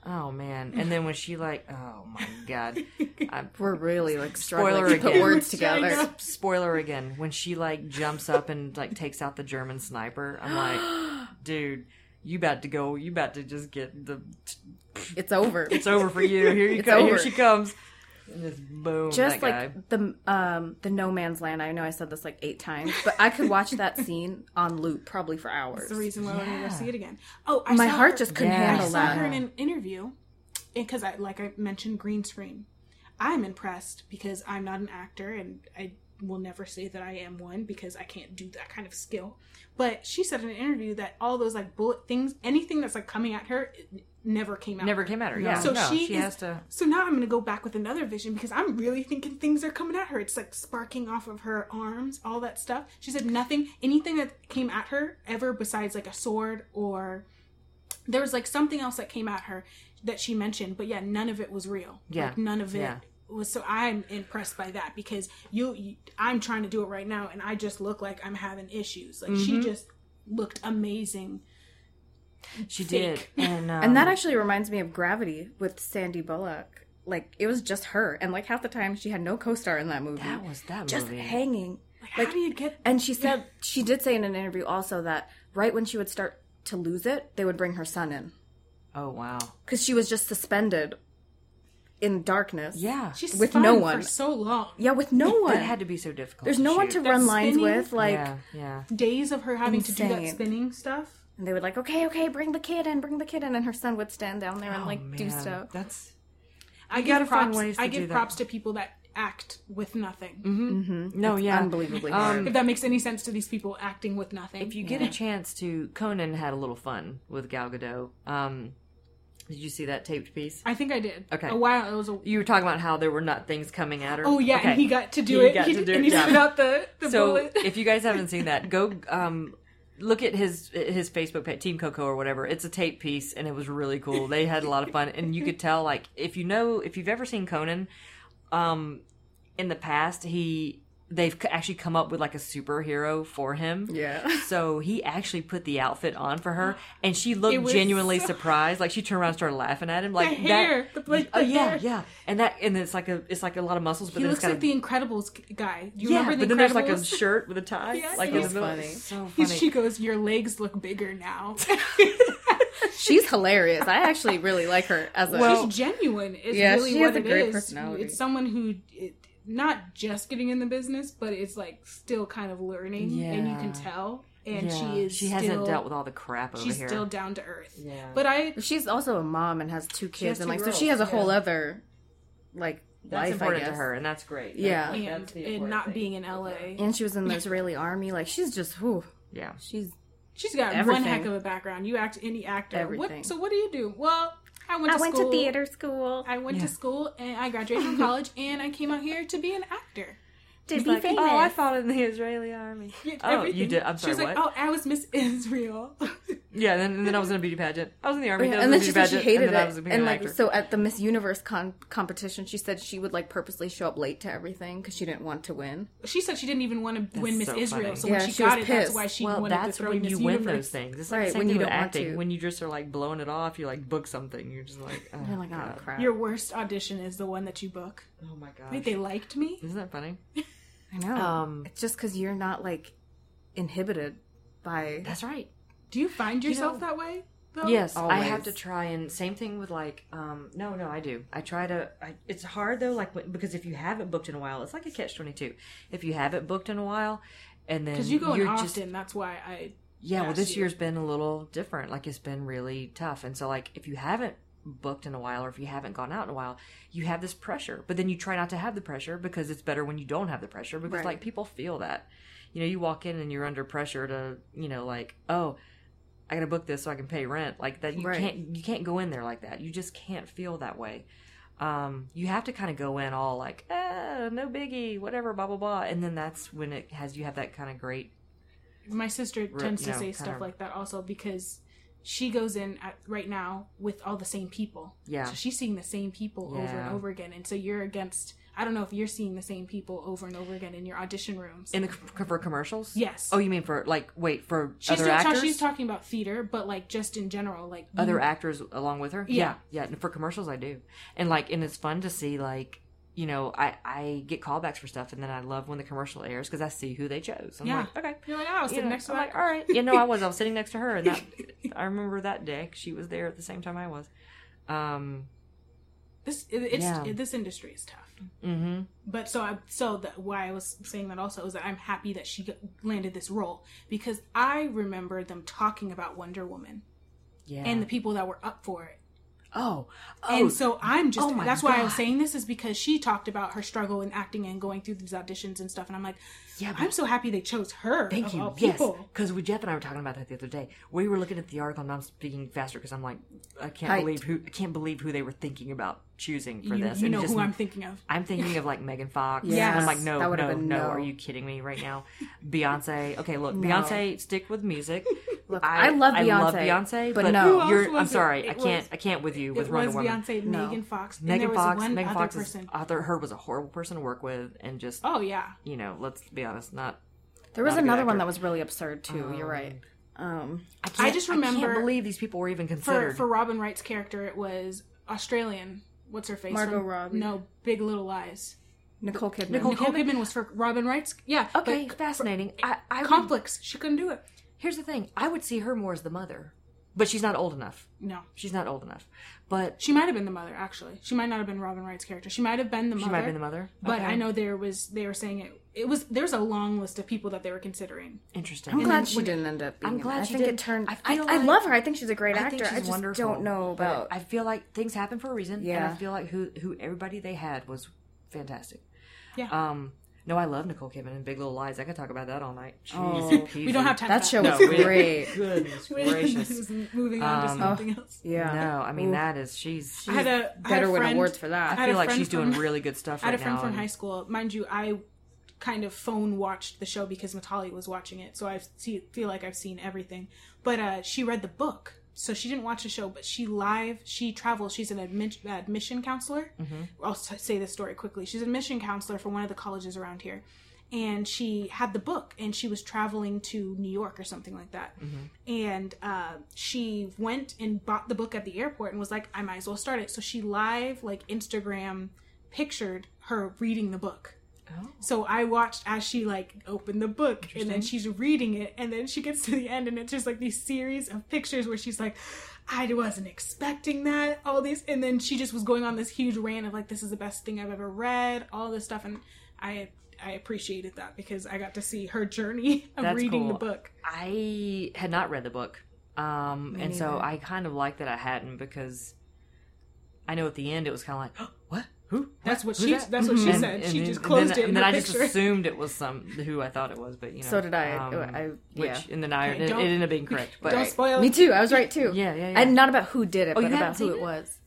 Speaker 1: Oh man! And then when she like, oh my god! I,
Speaker 3: We're really like struggling
Speaker 1: Spoiler
Speaker 3: to put
Speaker 1: again.
Speaker 3: words
Speaker 2: We're trying
Speaker 3: together.
Speaker 2: not-
Speaker 1: spoiler again. When she like jumps up and like takes out the German sniper, I'm like, dude, you about to go? You about to just get the?
Speaker 3: It's over.
Speaker 1: It's over for you. Here you
Speaker 3: It's
Speaker 1: come. Here
Speaker 3: over.
Speaker 1: she comes. And just boom. that
Speaker 3: just
Speaker 1: guy.
Speaker 3: like the um the no man's land. I know I said this like eight times, but I could watch that scene on loop probably for hours.
Speaker 2: That's the reason why I want to go see it again. Oh, I
Speaker 3: My
Speaker 2: saw
Speaker 3: heart
Speaker 2: her-
Speaker 3: just couldn't
Speaker 1: Yeah.
Speaker 2: I
Speaker 3: handle
Speaker 2: saw
Speaker 3: that.
Speaker 2: her in an interview because I, like I mentioned, green screen. I'm impressed because I'm not an actor and I will never say that I am one because I can't do that kind of skill. But she said in an interview that all those like bullet things, anything that's like coming at her, it never came out.
Speaker 1: never came at her. Yeah.
Speaker 2: So
Speaker 1: no,
Speaker 2: she
Speaker 1: she,
Speaker 2: is-
Speaker 1: has to.
Speaker 2: So now I'm going to go back with another vision because I'm really thinking things are coming at her. It's like sparking off of her arms, all that stuff. She said nothing, anything that came at her ever besides like a sword or there was like something else that came at her that she mentioned, but yeah, none of it was real.
Speaker 1: Yeah.
Speaker 2: Like, none of it
Speaker 1: Yeah.
Speaker 2: was so I'm impressed by that because you, you I'm trying to do it right now and I just look like I'm having issues. Like she
Speaker 1: Mm-hmm.
Speaker 2: just looked amazing.
Speaker 1: She did.
Speaker 2: fake.
Speaker 1: And um,
Speaker 3: And that actually reminds me of Gravity with Sandy Bullock. Like it was just her, and like half the time she had no co-star in that movie.
Speaker 1: that was that
Speaker 3: just
Speaker 1: movie.
Speaker 3: hanging.
Speaker 2: Like, how do you get
Speaker 3: And she said she did say in an interview also that right when she would start to lose it, they would bring her son in
Speaker 1: oh wow.
Speaker 3: because she was just suspended in darkness.
Speaker 1: Yeah.
Speaker 2: she's
Speaker 3: With no
Speaker 2: spun
Speaker 3: one.
Speaker 2: for so long.
Speaker 3: yeah, with no one.
Speaker 1: That had to be so difficult.
Speaker 3: There's no one
Speaker 1: shoot.
Speaker 3: to
Speaker 2: That
Speaker 3: run lines
Speaker 2: spinning-
Speaker 3: with. Like,
Speaker 1: yeah, yeah.
Speaker 2: days of her having to do that
Speaker 3: Insane.
Speaker 2: spinning stuff.
Speaker 3: and they would like, okay, okay, bring the kid in, bring the kid in, and her son would stand down there and
Speaker 1: Oh,
Speaker 3: like do
Speaker 1: man,
Speaker 3: stuff.
Speaker 1: That's
Speaker 2: I
Speaker 1: You gotta
Speaker 2: give
Speaker 1: find
Speaker 2: props.
Speaker 1: ways
Speaker 2: I
Speaker 1: to do
Speaker 2: give
Speaker 1: that. Mm-hmm.
Speaker 2: props to people that act with nothing.
Speaker 1: no, yeah,
Speaker 3: Mm-hmm. Unbelievably
Speaker 1: Um,
Speaker 3: hard.
Speaker 2: If that makes any sense to these people acting with nothing.
Speaker 1: If you get a chance to, Conan had a little fun with Gal Gadot. Um, did you see that taped piece?
Speaker 2: I think I did.
Speaker 1: Okay.
Speaker 2: A while it was a.
Speaker 1: You were talking about how there were not things coming at her.
Speaker 2: Oh yeah,
Speaker 1: Okay.
Speaker 2: and he got to do
Speaker 1: He
Speaker 2: it.
Speaker 1: got
Speaker 2: he
Speaker 1: to
Speaker 2: did,
Speaker 1: do
Speaker 2: and
Speaker 1: it,
Speaker 2: he
Speaker 1: yeah.
Speaker 2: spit out the the
Speaker 1: so
Speaker 2: bullet.
Speaker 1: if you guys haven't seen that, go um, look at his his Facebook page, Team Coco or whatever. It's a tape piece, and it was really cool. They had a lot of fun, and you could tell like if you know if you've ever seen Conan, um, in the past he they've c- actually come up with like a superhero for him.
Speaker 3: Yeah.
Speaker 1: So he actually put the outfit on for her, and she
Speaker 2: It
Speaker 1: looked
Speaker 2: was
Speaker 1: genuinely
Speaker 2: so-
Speaker 1: surprised. Like she turned around, and started laughing at him,
Speaker 2: The
Speaker 1: like
Speaker 2: hair, the, like,
Speaker 1: That, oh
Speaker 2: the
Speaker 1: yeah,
Speaker 2: hair.
Speaker 1: yeah, and that and it's like a it's like a lot of muscles, but
Speaker 2: He
Speaker 1: then
Speaker 2: looks
Speaker 1: it's got
Speaker 2: like
Speaker 1: a,
Speaker 2: the Incredibles guy. You
Speaker 1: yeah,
Speaker 2: remember
Speaker 1: but
Speaker 2: the
Speaker 1: then
Speaker 2: Incredibles?
Speaker 1: there's like a shirt with a tie.
Speaker 2: Yes,
Speaker 1: like
Speaker 2: it
Speaker 1: in
Speaker 2: was
Speaker 1: the middle.
Speaker 3: funny.
Speaker 1: so
Speaker 2: He's-
Speaker 1: funny.
Speaker 2: She goes, "Your legs look bigger now."
Speaker 3: She's hilarious. I actually really like her as a.
Speaker 1: Well-
Speaker 2: She's genuine. Is
Speaker 3: Yeah,
Speaker 2: really
Speaker 3: she
Speaker 2: what
Speaker 3: has a
Speaker 2: it
Speaker 3: great
Speaker 2: is.
Speaker 3: personality.
Speaker 2: It's someone who it, not just getting in the business, but it's like still kind of learning, and you
Speaker 1: Yeah.
Speaker 2: can tell. And
Speaker 1: Yeah,
Speaker 2: she is.
Speaker 1: she
Speaker 2: still,
Speaker 1: hasn't dealt with all the crap over
Speaker 2: She's
Speaker 1: here.
Speaker 2: still down to earth.
Speaker 1: yeah,
Speaker 2: But I
Speaker 3: she's also a mom and has two
Speaker 1: has
Speaker 3: kids, and
Speaker 1: two
Speaker 3: like so
Speaker 1: girls,
Speaker 3: she has a
Speaker 1: yeah.
Speaker 3: whole other like
Speaker 1: that's
Speaker 3: life. I
Speaker 1: important
Speaker 3: guess.
Speaker 1: to her, and that's great.
Speaker 3: Yeah.
Speaker 1: That's-
Speaker 2: and,
Speaker 1: that's the
Speaker 2: and
Speaker 1: important
Speaker 2: not
Speaker 1: thing.
Speaker 2: being in LA,
Speaker 3: And she was in the Israeli army. Like she's just whew,
Speaker 1: yeah.
Speaker 3: she's
Speaker 2: she's got one
Speaker 3: Everything.
Speaker 2: heck of a background. You act any actor.
Speaker 3: Everything.
Speaker 2: What? So what do you do? Well, I went. to school.
Speaker 3: school
Speaker 2: I went
Speaker 1: Yeah.
Speaker 2: to school and I graduated from college and I came out here to be an actor.
Speaker 3: to
Speaker 1: Like, oh, I fought in the Israeli army.
Speaker 2: Did
Speaker 1: Oh, you
Speaker 2: everything.
Speaker 1: did- I'm
Speaker 2: She was
Speaker 1: sorry,
Speaker 2: like,
Speaker 1: what?
Speaker 2: oh, I was Miss Israel.
Speaker 1: Yeah, then, and then I was in a beauty pageant. I was in the army.
Speaker 3: and then she
Speaker 1: I
Speaker 3: said
Speaker 1: was
Speaker 3: she
Speaker 1: in a beauty pageant,
Speaker 3: hated
Speaker 1: and then I was
Speaker 3: it,
Speaker 1: being
Speaker 3: and
Speaker 1: an
Speaker 3: like
Speaker 1: actor.
Speaker 3: so at the Miss Universe con- competition, she said she would like purposely show up late to everything because she didn't want to win.
Speaker 2: she said she didn't even want to win Miss
Speaker 1: so funny.
Speaker 2: Israel, so
Speaker 3: Yeah,
Speaker 2: when she,
Speaker 3: she
Speaker 2: got it,
Speaker 3: was
Speaker 2: that's
Speaker 3: pissed.
Speaker 2: why she
Speaker 1: well,
Speaker 2: wanted
Speaker 1: that's
Speaker 2: to throw
Speaker 1: when
Speaker 2: Miss
Speaker 1: you
Speaker 2: Universe.
Speaker 1: win those things. It's like
Speaker 3: Right,
Speaker 1: the same
Speaker 3: when
Speaker 1: thing
Speaker 3: you
Speaker 1: with
Speaker 3: don't want
Speaker 1: acting.
Speaker 3: to.
Speaker 1: When you just are like blowing it off, you like book something. You're just like, oh,
Speaker 3: You're like, oh
Speaker 1: God.
Speaker 3: crap!
Speaker 2: Your worst audition is the one that you book.
Speaker 1: oh my god,
Speaker 2: Wait, they liked me?
Speaker 1: isn't that funny?
Speaker 3: I know.
Speaker 1: Um,
Speaker 3: it's just because you're not like inhibited by.
Speaker 1: That's right.
Speaker 2: Do you find yourself
Speaker 1: know-
Speaker 2: that way? Though?
Speaker 1: yes, I
Speaker 3: always.
Speaker 1: have to try and same thing with like, um, no, no, I do. I try to. I, it's hard though, like when- because if you haven't booked in a while, it's like a catch twenty two. If you haven't booked in a while, and then
Speaker 2: Because you go in
Speaker 1: you're
Speaker 2: often,
Speaker 1: just
Speaker 2: that's why I.
Speaker 1: Yeah, well,
Speaker 2: last
Speaker 1: this
Speaker 2: year.
Speaker 1: year's been a little different. Like, it's been really tough. And so, like, if you haven't booked in a while or if you haven't gone out in a while, you have this pressure. But then you try not to have the pressure because it's better when you don't have the pressure because,
Speaker 3: Right.
Speaker 1: like, people feel that. You know, you walk in and you're under pressure to, you know, like, oh, I got to book this so I can pay rent. Like that, you
Speaker 3: Right.
Speaker 1: can't you can't go in there like that. You just can't feel that way. Um, you have to kind of go in all like, ah, no biggie, whatever, blah blah blah, and then that's when it has you have that kind of great
Speaker 2: My sister
Speaker 1: Re-
Speaker 2: tends
Speaker 1: you
Speaker 2: to
Speaker 1: know,
Speaker 2: say
Speaker 1: kind
Speaker 2: stuff
Speaker 1: of-
Speaker 2: like that also because she goes in at, right now with all the same people.
Speaker 1: yeah.
Speaker 2: So she's seeing the same people over
Speaker 1: Yeah.
Speaker 2: and over again. And so you're against, I don't know if you're seeing the same people over and over again in your audition rooms.
Speaker 1: In the c- for commercials?
Speaker 2: yes.
Speaker 1: Oh, you mean for like wait for
Speaker 2: she's,
Speaker 1: other
Speaker 2: still ta-
Speaker 1: actors?
Speaker 2: she's talking about theater, but like just in general, like you-
Speaker 1: other actors along with her?
Speaker 2: Mm-hmm. Yeah.
Speaker 1: yeah. and For commercials, I do, and like, and it's fun to see like. You know, I, I get callbacks for stuff, and then I love when the commercial airs because I see who they chose. I'm
Speaker 2: Yeah.
Speaker 1: like, okay,
Speaker 2: You're like, oh, I was
Speaker 1: You
Speaker 2: sitting
Speaker 1: know,
Speaker 2: next to
Speaker 1: I'm
Speaker 2: that.
Speaker 1: like, all right. You know, I was. I was sitting next to her, and that, I remember that day. 'cause She was there at the same time I was. Um.
Speaker 2: This it- it's
Speaker 1: Yeah.
Speaker 2: it- this industry is tough.
Speaker 1: hmm
Speaker 2: But so I so that why I was saying that also is that I'm happy that she got- landed this role because I remember them talking about Wonder Woman
Speaker 1: Yeah.
Speaker 2: and the people that were up for it.
Speaker 1: oh, oh,
Speaker 2: and so I'm just
Speaker 1: oh my
Speaker 2: that's why I was
Speaker 1: God.
Speaker 2: saying this is because she talked about her struggle in acting and going through these auditions and stuff and I'm like
Speaker 1: yeah. but
Speaker 2: I'm so happy they chose her.
Speaker 1: Thank
Speaker 2: of
Speaker 1: you.
Speaker 2: all
Speaker 1: Yes,
Speaker 2: people.
Speaker 1: because we Jeff and I were talking about that the other day. We were looking at the article, and I'm speaking faster because I'm like, I can't
Speaker 3: Height.
Speaker 1: believe who I can't believe who they were thinking about choosing for
Speaker 2: You,
Speaker 1: this.
Speaker 2: you
Speaker 1: And it
Speaker 2: know
Speaker 1: just-
Speaker 2: who I'm thinking of.
Speaker 1: I'm thinking of like Megan Fox.
Speaker 3: Yes.
Speaker 1: And I'm like, no,
Speaker 3: That
Speaker 1: no,
Speaker 3: would've
Speaker 1: no,
Speaker 3: been no.
Speaker 1: Are you kidding me right now? Beyonce. Okay, look, Beyonce, stick with music.
Speaker 3: Look, I love
Speaker 1: I love
Speaker 3: Beyonce,
Speaker 1: Beyonce,
Speaker 3: but
Speaker 1: but,
Speaker 3: no. Who
Speaker 2: else
Speaker 1: you're,
Speaker 2: was
Speaker 1: I'm
Speaker 2: it?
Speaker 1: sorry, I
Speaker 2: It
Speaker 1: can't,
Speaker 2: was-
Speaker 1: I can't with you with
Speaker 2: It
Speaker 1: Wonder
Speaker 2: was
Speaker 1: Woman.
Speaker 2: Beyonce,
Speaker 3: No.
Speaker 2: Megan Fox, and there
Speaker 1: Megan
Speaker 2: was
Speaker 1: Fox.
Speaker 2: one
Speaker 1: Megan
Speaker 2: other
Speaker 1: Fox is,
Speaker 2: person.
Speaker 1: I thought her was a horrible person to work with, and just
Speaker 2: Oh yeah,
Speaker 1: you know, let's be honest, not.
Speaker 3: There was
Speaker 1: Not a good
Speaker 3: another one
Speaker 1: actor.
Speaker 3: that was really absurd too. you're right. Um,
Speaker 1: I, can't,
Speaker 2: just
Speaker 1: I
Speaker 2: remember-
Speaker 1: can't believe these people were even
Speaker 2: for
Speaker 1: considered.
Speaker 2: for Robin Wright's character, it was Australian. What's her face?
Speaker 3: Margot
Speaker 2: from-
Speaker 3: Robbie.
Speaker 2: No, Big Little Lies.
Speaker 3: Nicole Kidman.
Speaker 1: Nicole-
Speaker 2: Nicole
Speaker 1: Kidman?
Speaker 2: Kidman was for Robin Wright's. Yeah.
Speaker 1: okay, fascinating. I, I
Speaker 2: but
Speaker 1: would-
Speaker 2: complex. She couldn't do it.
Speaker 1: here's the thing: I would see her more as the mother, but she's not old enough.
Speaker 2: No,
Speaker 1: She's not old enough. But
Speaker 2: she might have been the mother. Actually, she might not have been Robin Wright's character. She might have been the mother.
Speaker 1: she might have been the mother.
Speaker 2: But
Speaker 1: Okay.
Speaker 2: I know there was they were saying it. It was there's a long list of people that they were considering.
Speaker 1: Interesting.
Speaker 3: I'm glad
Speaker 2: then
Speaker 3: she
Speaker 2: when it-
Speaker 3: didn't end up. Being
Speaker 1: I'm glad
Speaker 3: it. I
Speaker 1: she
Speaker 3: think
Speaker 1: didn't.
Speaker 3: it turned.
Speaker 1: I
Speaker 3: I,
Speaker 1: feel
Speaker 3: I
Speaker 1: like-
Speaker 3: love her. I think she's a great
Speaker 1: I
Speaker 3: actor.
Speaker 1: think she's
Speaker 3: I just
Speaker 1: wonderful.
Speaker 3: don't know
Speaker 1: but
Speaker 3: about.
Speaker 1: I feel like things happen for a reason. And
Speaker 3: Yeah.
Speaker 1: I feel like who who everybody they had was fantastic.
Speaker 2: Yeah.
Speaker 1: Um. No, I love Nicole Kidman and Big Little Lies. I could talk about that all night.
Speaker 3: Oh.
Speaker 1: Jeez,
Speaker 2: We don't have time.
Speaker 3: that
Speaker 2: for
Speaker 3: show
Speaker 1: No,
Speaker 3: was
Speaker 1: really.
Speaker 3: great.
Speaker 1: Goodness
Speaker 2: that.
Speaker 1: gracious.
Speaker 2: Moving on
Speaker 1: Um,
Speaker 2: to something else.
Speaker 3: Yeah,
Speaker 1: No, I mean
Speaker 3: Oof.
Speaker 1: that is she's.
Speaker 2: I
Speaker 1: she's
Speaker 2: had a I had
Speaker 3: better
Speaker 2: a
Speaker 3: win
Speaker 2: friend-
Speaker 3: awards for that.
Speaker 2: I
Speaker 1: I
Speaker 2: had a
Speaker 1: feel like
Speaker 2: friend
Speaker 1: she's doing
Speaker 2: from-
Speaker 1: really good stuff
Speaker 2: I had
Speaker 1: right
Speaker 2: a friend
Speaker 1: now.
Speaker 2: from
Speaker 1: and-
Speaker 2: high school. Mind you, I kind of phone watched the show because Matali was watching it, so I see, feel like I've seen everything. But uh, she read the book, so she didn't watch the show, but she live, she travels. She's an admit, admission counselor. I'll s- say this story quickly. She's an admission counselor for one of the colleges around here. and she had the book and she was traveling to New York or something like that. And uh, she went and bought the book at the airport and was like, I might as well start it. So she live, like Instagram pictured her reading the book.
Speaker 1: Oh.
Speaker 2: So I watched as she like opened the book and then she's reading it and then she gets to the end and it's just like these series of pictures where she's like, I wasn't expecting that, all these and then she just was going on this huge rant of like this is the best thing I've ever read, all this stuff and I I appreciated that because I got to see her journey of
Speaker 1: That's
Speaker 2: reading the
Speaker 1: cool.
Speaker 2: book.
Speaker 1: I had not read the book. Um, and so I kind of liked that I hadn't because I know at the end it was kind of like, what? Who?
Speaker 2: That's what
Speaker 1: Who's
Speaker 2: she
Speaker 1: that?"
Speaker 2: that's what she
Speaker 1: And-
Speaker 2: said.
Speaker 1: and
Speaker 2: she
Speaker 1: then-
Speaker 2: just
Speaker 1: and
Speaker 2: closed
Speaker 1: then,
Speaker 2: it in
Speaker 1: And then
Speaker 2: her
Speaker 1: I
Speaker 2: picture.
Speaker 1: just assumed it was some who I thought it was, but you know.
Speaker 3: So did I.
Speaker 1: um,
Speaker 3: I-
Speaker 1: which
Speaker 3: yeah.
Speaker 1: in the night
Speaker 2: Okay,
Speaker 1: it,
Speaker 2: don't-
Speaker 1: it ended up being correct. But
Speaker 2: Don't spoil
Speaker 3: Me too. I was right too.
Speaker 1: yeah, yeah, yeah.
Speaker 3: And not about who did it,
Speaker 1: you
Speaker 3: but
Speaker 1: haven't
Speaker 3: about who
Speaker 1: seen
Speaker 3: it
Speaker 1: it?
Speaker 3: was.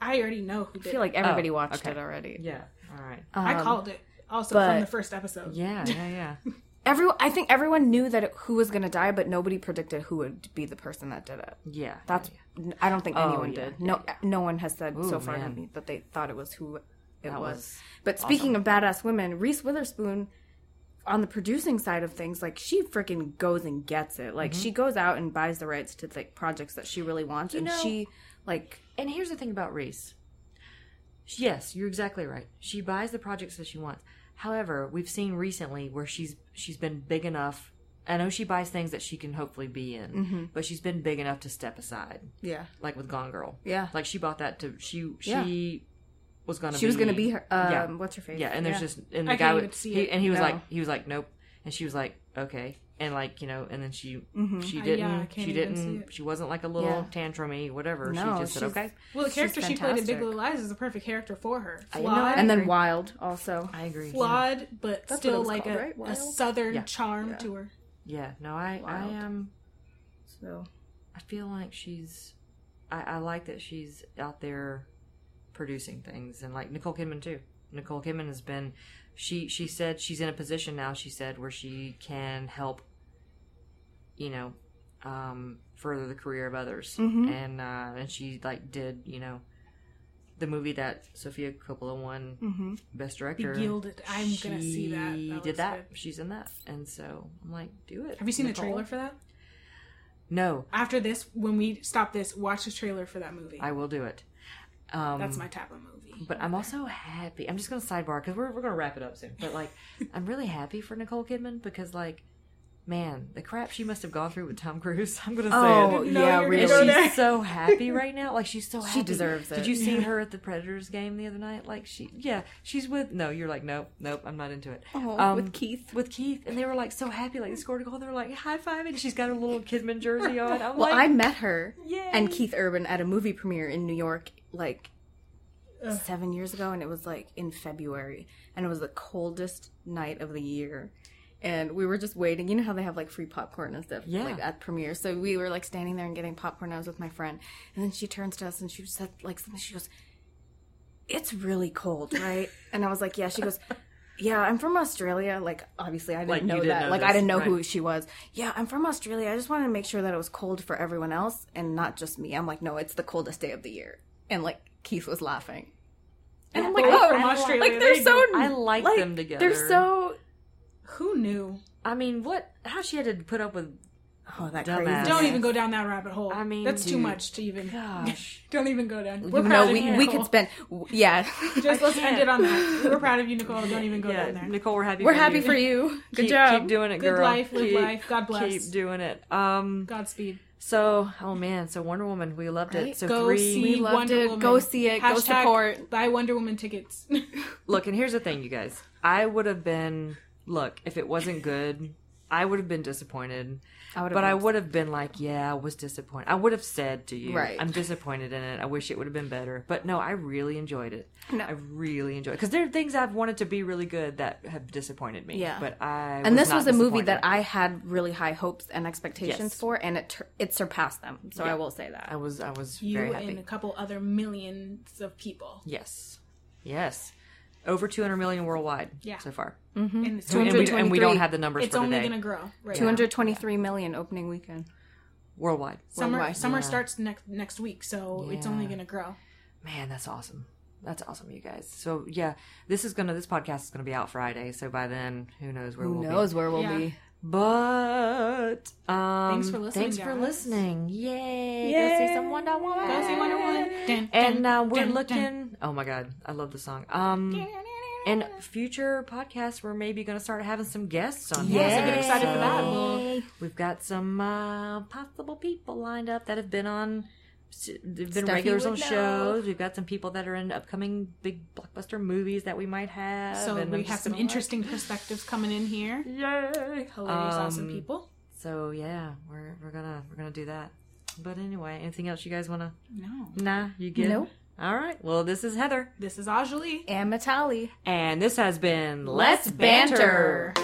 Speaker 2: I already know who did
Speaker 3: I
Speaker 2: it.
Speaker 3: feel like everybody
Speaker 1: Oh,
Speaker 3: watched
Speaker 1: okay.
Speaker 3: it already.
Speaker 1: yeah, all right.
Speaker 2: I
Speaker 3: Um,
Speaker 2: called it also
Speaker 3: but-
Speaker 2: from the first episode.
Speaker 1: Yeah, yeah, yeah.
Speaker 3: Every, I think everyone knew that it, who was going to die, but nobody predicted who would be the person that did it.
Speaker 1: Yeah.
Speaker 3: That's n I don't think
Speaker 1: Oh,
Speaker 3: anyone
Speaker 1: yeah,
Speaker 3: did. No, no one has said so
Speaker 1: Ooh,
Speaker 3: far to
Speaker 1: man.
Speaker 3: me that they thought it was who it
Speaker 1: That
Speaker 3: was.
Speaker 1: was
Speaker 3: But speaking of badass women, Reese Witherspoon on the producing side of things, like she freaking goes and gets it. Like
Speaker 1: Mm-hmm.
Speaker 3: she goes out and buys the rights to like projects that she really wants, and
Speaker 1: know-
Speaker 3: she like
Speaker 1: And here's the thing about Reese. Yes, you're exactly right. She buys the projects that she wants. However, we've seen recently where she's she's been big enough. I know she buys things that she can hopefully be in, but she's been big enough to step aside,
Speaker 3: yeah,
Speaker 1: like with Gone Girl.
Speaker 3: Yeah.
Speaker 1: like she bought that to she
Speaker 3: Yeah.
Speaker 1: she was gonna
Speaker 3: she was gonna be her. Um,
Speaker 1: yeah.
Speaker 3: What's her face?
Speaker 1: yeah, and there's just and the
Speaker 2: I
Speaker 1: guy
Speaker 2: can't
Speaker 1: would,
Speaker 2: even see
Speaker 1: he,
Speaker 2: it.
Speaker 1: and he was
Speaker 3: No.
Speaker 1: like he was like nope, and she was like okay, and like you know, and then she she
Speaker 2: I
Speaker 1: didn't
Speaker 2: can't
Speaker 1: she
Speaker 2: even see
Speaker 1: didn't
Speaker 2: it.
Speaker 1: she wasn't like a little
Speaker 3: Yeah.
Speaker 1: tantrumy whatever.
Speaker 3: No,
Speaker 1: she just said
Speaker 3: she's-
Speaker 1: okay.
Speaker 2: Well, the
Speaker 3: She's
Speaker 2: character she played in Big
Speaker 3: fantastic.
Speaker 2: Little Lies is the perfect character for her.
Speaker 1: know.
Speaker 2: Flawed,
Speaker 3: and then
Speaker 1: agree.
Speaker 3: Wild also.
Speaker 1: I agree. yeah.
Speaker 2: flawed, but
Speaker 3: what it
Speaker 2: still
Speaker 3: was
Speaker 2: like
Speaker 3: called,
Speaker 2: a,
Speaker 3: right?
Speaker 2: a
Speaker 3: Wild?
Speaker 2: southern
Speaker 1: Yeah.
Speaker 2: charm to her.
Speaker 1: Yeah, no, I I
Speaker 3: Wild.
Speaker 1: am.
Speaker 3: So
Speaker 1: I feel like she's. I, I like that she's out there producing things, and like Nicole Kidman too. Nicole Kidman has been. She she said she's in a position now. She said where she can help. You know, um, further the career of others,
Speaker 2: Mm-hmm.
Speaker 1: and uh, and she like did you know. The movie that Sophia Coppola won Best Director,
Speaker 2: Begilded. Mm-hmm. I'm gonna see that.
Speaker 1: she
Speaker 2: That
Speaker 1: did
Speaker 2: looks
Speaker 1: that.
Speaker 2: good.
Speaker 1: She's in that, and so I'm like, do it.
Speaker 2: Have you seen
Speaker 1: Nicole.
Speaker 2: the trailer for that?
Speaker 1: No,
Speaker 2: After this, when we stop this, watch the trailer for that movie.
Speaker 1: I will do it. Um,
Speaker 2: That's my type of movie.
Speaker 1: But I'm also happy. I'm just going to sidebar because we're, we're going to wrap it up soon. But like, I'm really happy for Nicole Kidman because like, man, the crap she must have gone through with Tom Cruise. I'm going to say
Speaker 3: oh
Speaker 1: it.
Speaker 2: No,
Speaker 3: yeah,
Speaker 2: you're
Speaker 1: And
Speaker 2: gonna-
Speaker 3: really.
Speaker 2: there.
Speaker 1: she's so happy right now. Like she's so happy.
Speaker 3: deserves it.
Speaker 1: Did you see her at the Predators game the other night? Like she, yeah, she's with. No, you're like, nope, nope, I'm not into it. Um,
Speaker 3: Oh, with Keith.
Speaker 1: With Keith, and they were like so happy. Like they scored a goal. They were like high five, and she's got her little Kidman jersey on. I'm
Speaker 3: Well,
Speaker 1: like,
Speaker 3: I met her
Speaker 1: Yay.
Speaker 3: and Keith Urban at a movie premiere in New York, like seven years ago, and it was like in February, and it was the coldest night of the year. And we were just waiting. You know how they have like free popcorn and stuff,
Speaker 1: Yeah.
Speaker 3: like at premiere. So we were like standing there and getting popcorn. I was with my friend, and then she turns to us and she said like something. She goes, "It's really cold, right?" and I was like, "Yeah." She goes. Yeah, I'm from Australia. Like, obviously, I didn't
Speaker 1: Like, you
Speaker 3: know
Speaker 1: didn't
Speaker 3: that.
Speaker 1: know
Speaker 3: like,
Speaker 1: this,
Speaker 3: I didn't know who
Speaker 1: right.
Speaker 3: she was. Yeah, I'm from Australia. I just wanted to make sure that it was cold for everyone else and not just me. I'm like, no, it's the coldest day of the year. And like Keith was laughing. And I'm like,
Speaker 2: well,
Speaker 3: oh,
Speaker 2: from Australia,
Speaker 3: like
Speaker 2: they
Speaker 3: they're
Speaker 2: do-
Speaker 3: so.
Speaker 1: I like them together.
Speaker 3: They're so.
Speaker 2: Who knew?
Speaker 1: I mean, what? How she had to put up with
Speaker 3: Oh, that
Speaker 1: Dumbass.
Speaker 3: crazy.
Speaker 2: Don't
Speaker 1: Yes.
Speaker 2: even go down that rabbit hole.
Speaker 1: I mean,
Speaker 2: that's too
Speaker 1: dude.
Speaker 2: much to even.
Speaker 1: gosh.
Speaker 2: Don't even go down. We're proud
Speaker 3: You know,
Speaker 2: of
Speaker 3: we,
Speaker 2: you,
Speaker 3: we
Speaker 2: Nicole.
Speaker 3: could spend. w- Yeah,
Speaker 2: Just let's end it on that. We're proud of you, Nicole. Don't even go
Speaker 1: yeah,
Speaker 2: down there.
Speaker 1: Nicole, we're happy.
Speaker 3: we're
Speaker 1: for
Speaker 3: happy
Speaker 1: you.
Speaker 3: for you. Good
Speaker 1: keep,
Speaker 3: job.
Speaker 1: Keep doing it,
Speaker 2: Good
Speaker 1: girl.
Speaker 2: life, live
Speaker 1: Keep-
Speaker 2: life. God bless.
Speaker 1: Keep doing it. Um.
Speaker 2: Godspeed.
Speaker 1: So, oh man. So Wonder Woman, we loved it.
Speaker 3: Right?
Speaker 1: So
Speaker 2: Go
Speaker 1: three.
Speaker 2: see
Speaker 3: We loved
Speaker 2: Wonder
Speaker 3: it.
Speaker 2: Woman.
Speaker 3: Go see it. Go support.
Speaker 2: Buy Wonder Woman tickets.
Speaker 1: Look, and here's the thing, you guys. I would have been. Look, if it wasn't good, I would have been disappointed.
Speaker 3: I would've
Speaker 1: but
Speaker 3: been
Speaker 1: I would have been like, yeah, I was disappointed. I would have said to you,
Speaker 3: Right.
Speaker 1: I'm disappointed in it. I wish it would have been better. But no, I really enjoyed it.
Speaker 3: No.
Speaker 1: I really enjoyed it. Because there are things I've wanted to be really good that have disappointed me.
Speaker 3: Yeah.
Speaker 1: But I.
Speaker 3: and this
Speaker 1: not
Speaker 3: was a movie that
Speaker 1: disappointed.
Speaker 3: I had really high hopes and expectations
Speaker 1: Yes.
Speaker 3: for, and it tur it surpassed them. So I will say
Speaker 1: I
Speaker 3: that.
Speaker 1: was I was
Speaker 2: you
Speaker 1: very happy.
Speaker 2: and a couple other millions of people.
Speaker 1: Yes. Yes. Over 200 million worldwide
Speaker 2: Yeah.
Speaker 1: so far.
Speaker 2: And it's,
Speaker 1: And we, and we
Speaker 3: 223.
Speaker 1: don't have the numbers
Speaker 2: it's
Speaker 1: for
Speaker 2: only
Speaker 1: today.
Speaker 2: going to grow. Right
Speaker 3: Mm-hmm. Two
Speaker 2: now.
Speaker 3: hundred twenty three million opening weekend.
Speaker 1: Worldwide.
Speaker 2: Summer
Speaker 3: Worldwide.
Speaker 2: summer starts next next week, so it's only going to grow.
Speaker 1: Man, that's awesome. That's awesome, you guys. So yeah, this is gonna this podcast is gonna be out Friday. So by then, who knows where
Speaker 3: Who
Speaker 1: we'll
Speaker 3: knows
Speaker 1: be?
Speaker 3: where we'll
Speaker 2: Yeah.
Speaker 3: be?
Speaker 1: But um,
Speaker 2: Thanks for listening,
Speaker 1: Thanks for
Speaker 2: guys.
Speaker 1: listening. Yay! Go see some Wonder Woman.
Speaker 2: Go see Wonder Woman. oh Dun,
Speaker 1: And
Speaker 2: dun,
Speaker 1: uh, we're
Speaker 2: dun, dun.
Speaker 1: looking. Oh my god, I love the song. Um. And future podcasts, we're maybe going to start having some guests on.
Speaker 2: Yes,
Speaker 1: here.
Speaker 2: I'm excited for that.
Speaker 1: So-
Speaker 2: We'll-
Speaker 1: We've got some uh, possible people lined up that have been on, they've been
Speaker 3: Stuff you
Speaker 1: regulars on
Speaker 3: would know.
Speaker 1: shows. We've got some people that are in upcoming big blockbuster movies that we might have.
Speaker 2: so
Speaker 1: and
Speaker 2: we
Speaker 1: I'm
Speaker 2: have
Speaker 1: just
Speaker 2: some
Speaker 1: gonna
Speaker 2: interesting perspectives coming in here.
Speaker 1: like- Yay!
Speaker 2: Hilarious, awesome
Speaker 1: Um,
Speaker 2: people.
Speaker 1: So yeah, we're we're gonna we're gonna do that. But anyway, anything else you guys wanna?
Speaker 2: No,
Speaker 1: Nah, you good?
Speaker 3: Nope.
Speaker 1: All right. Well, this is Heather,
Speaker 2: this is Ajali.
Speaker 3: And Matali.
Speaker 1: and this has been
Speaker 3: Let's Banter.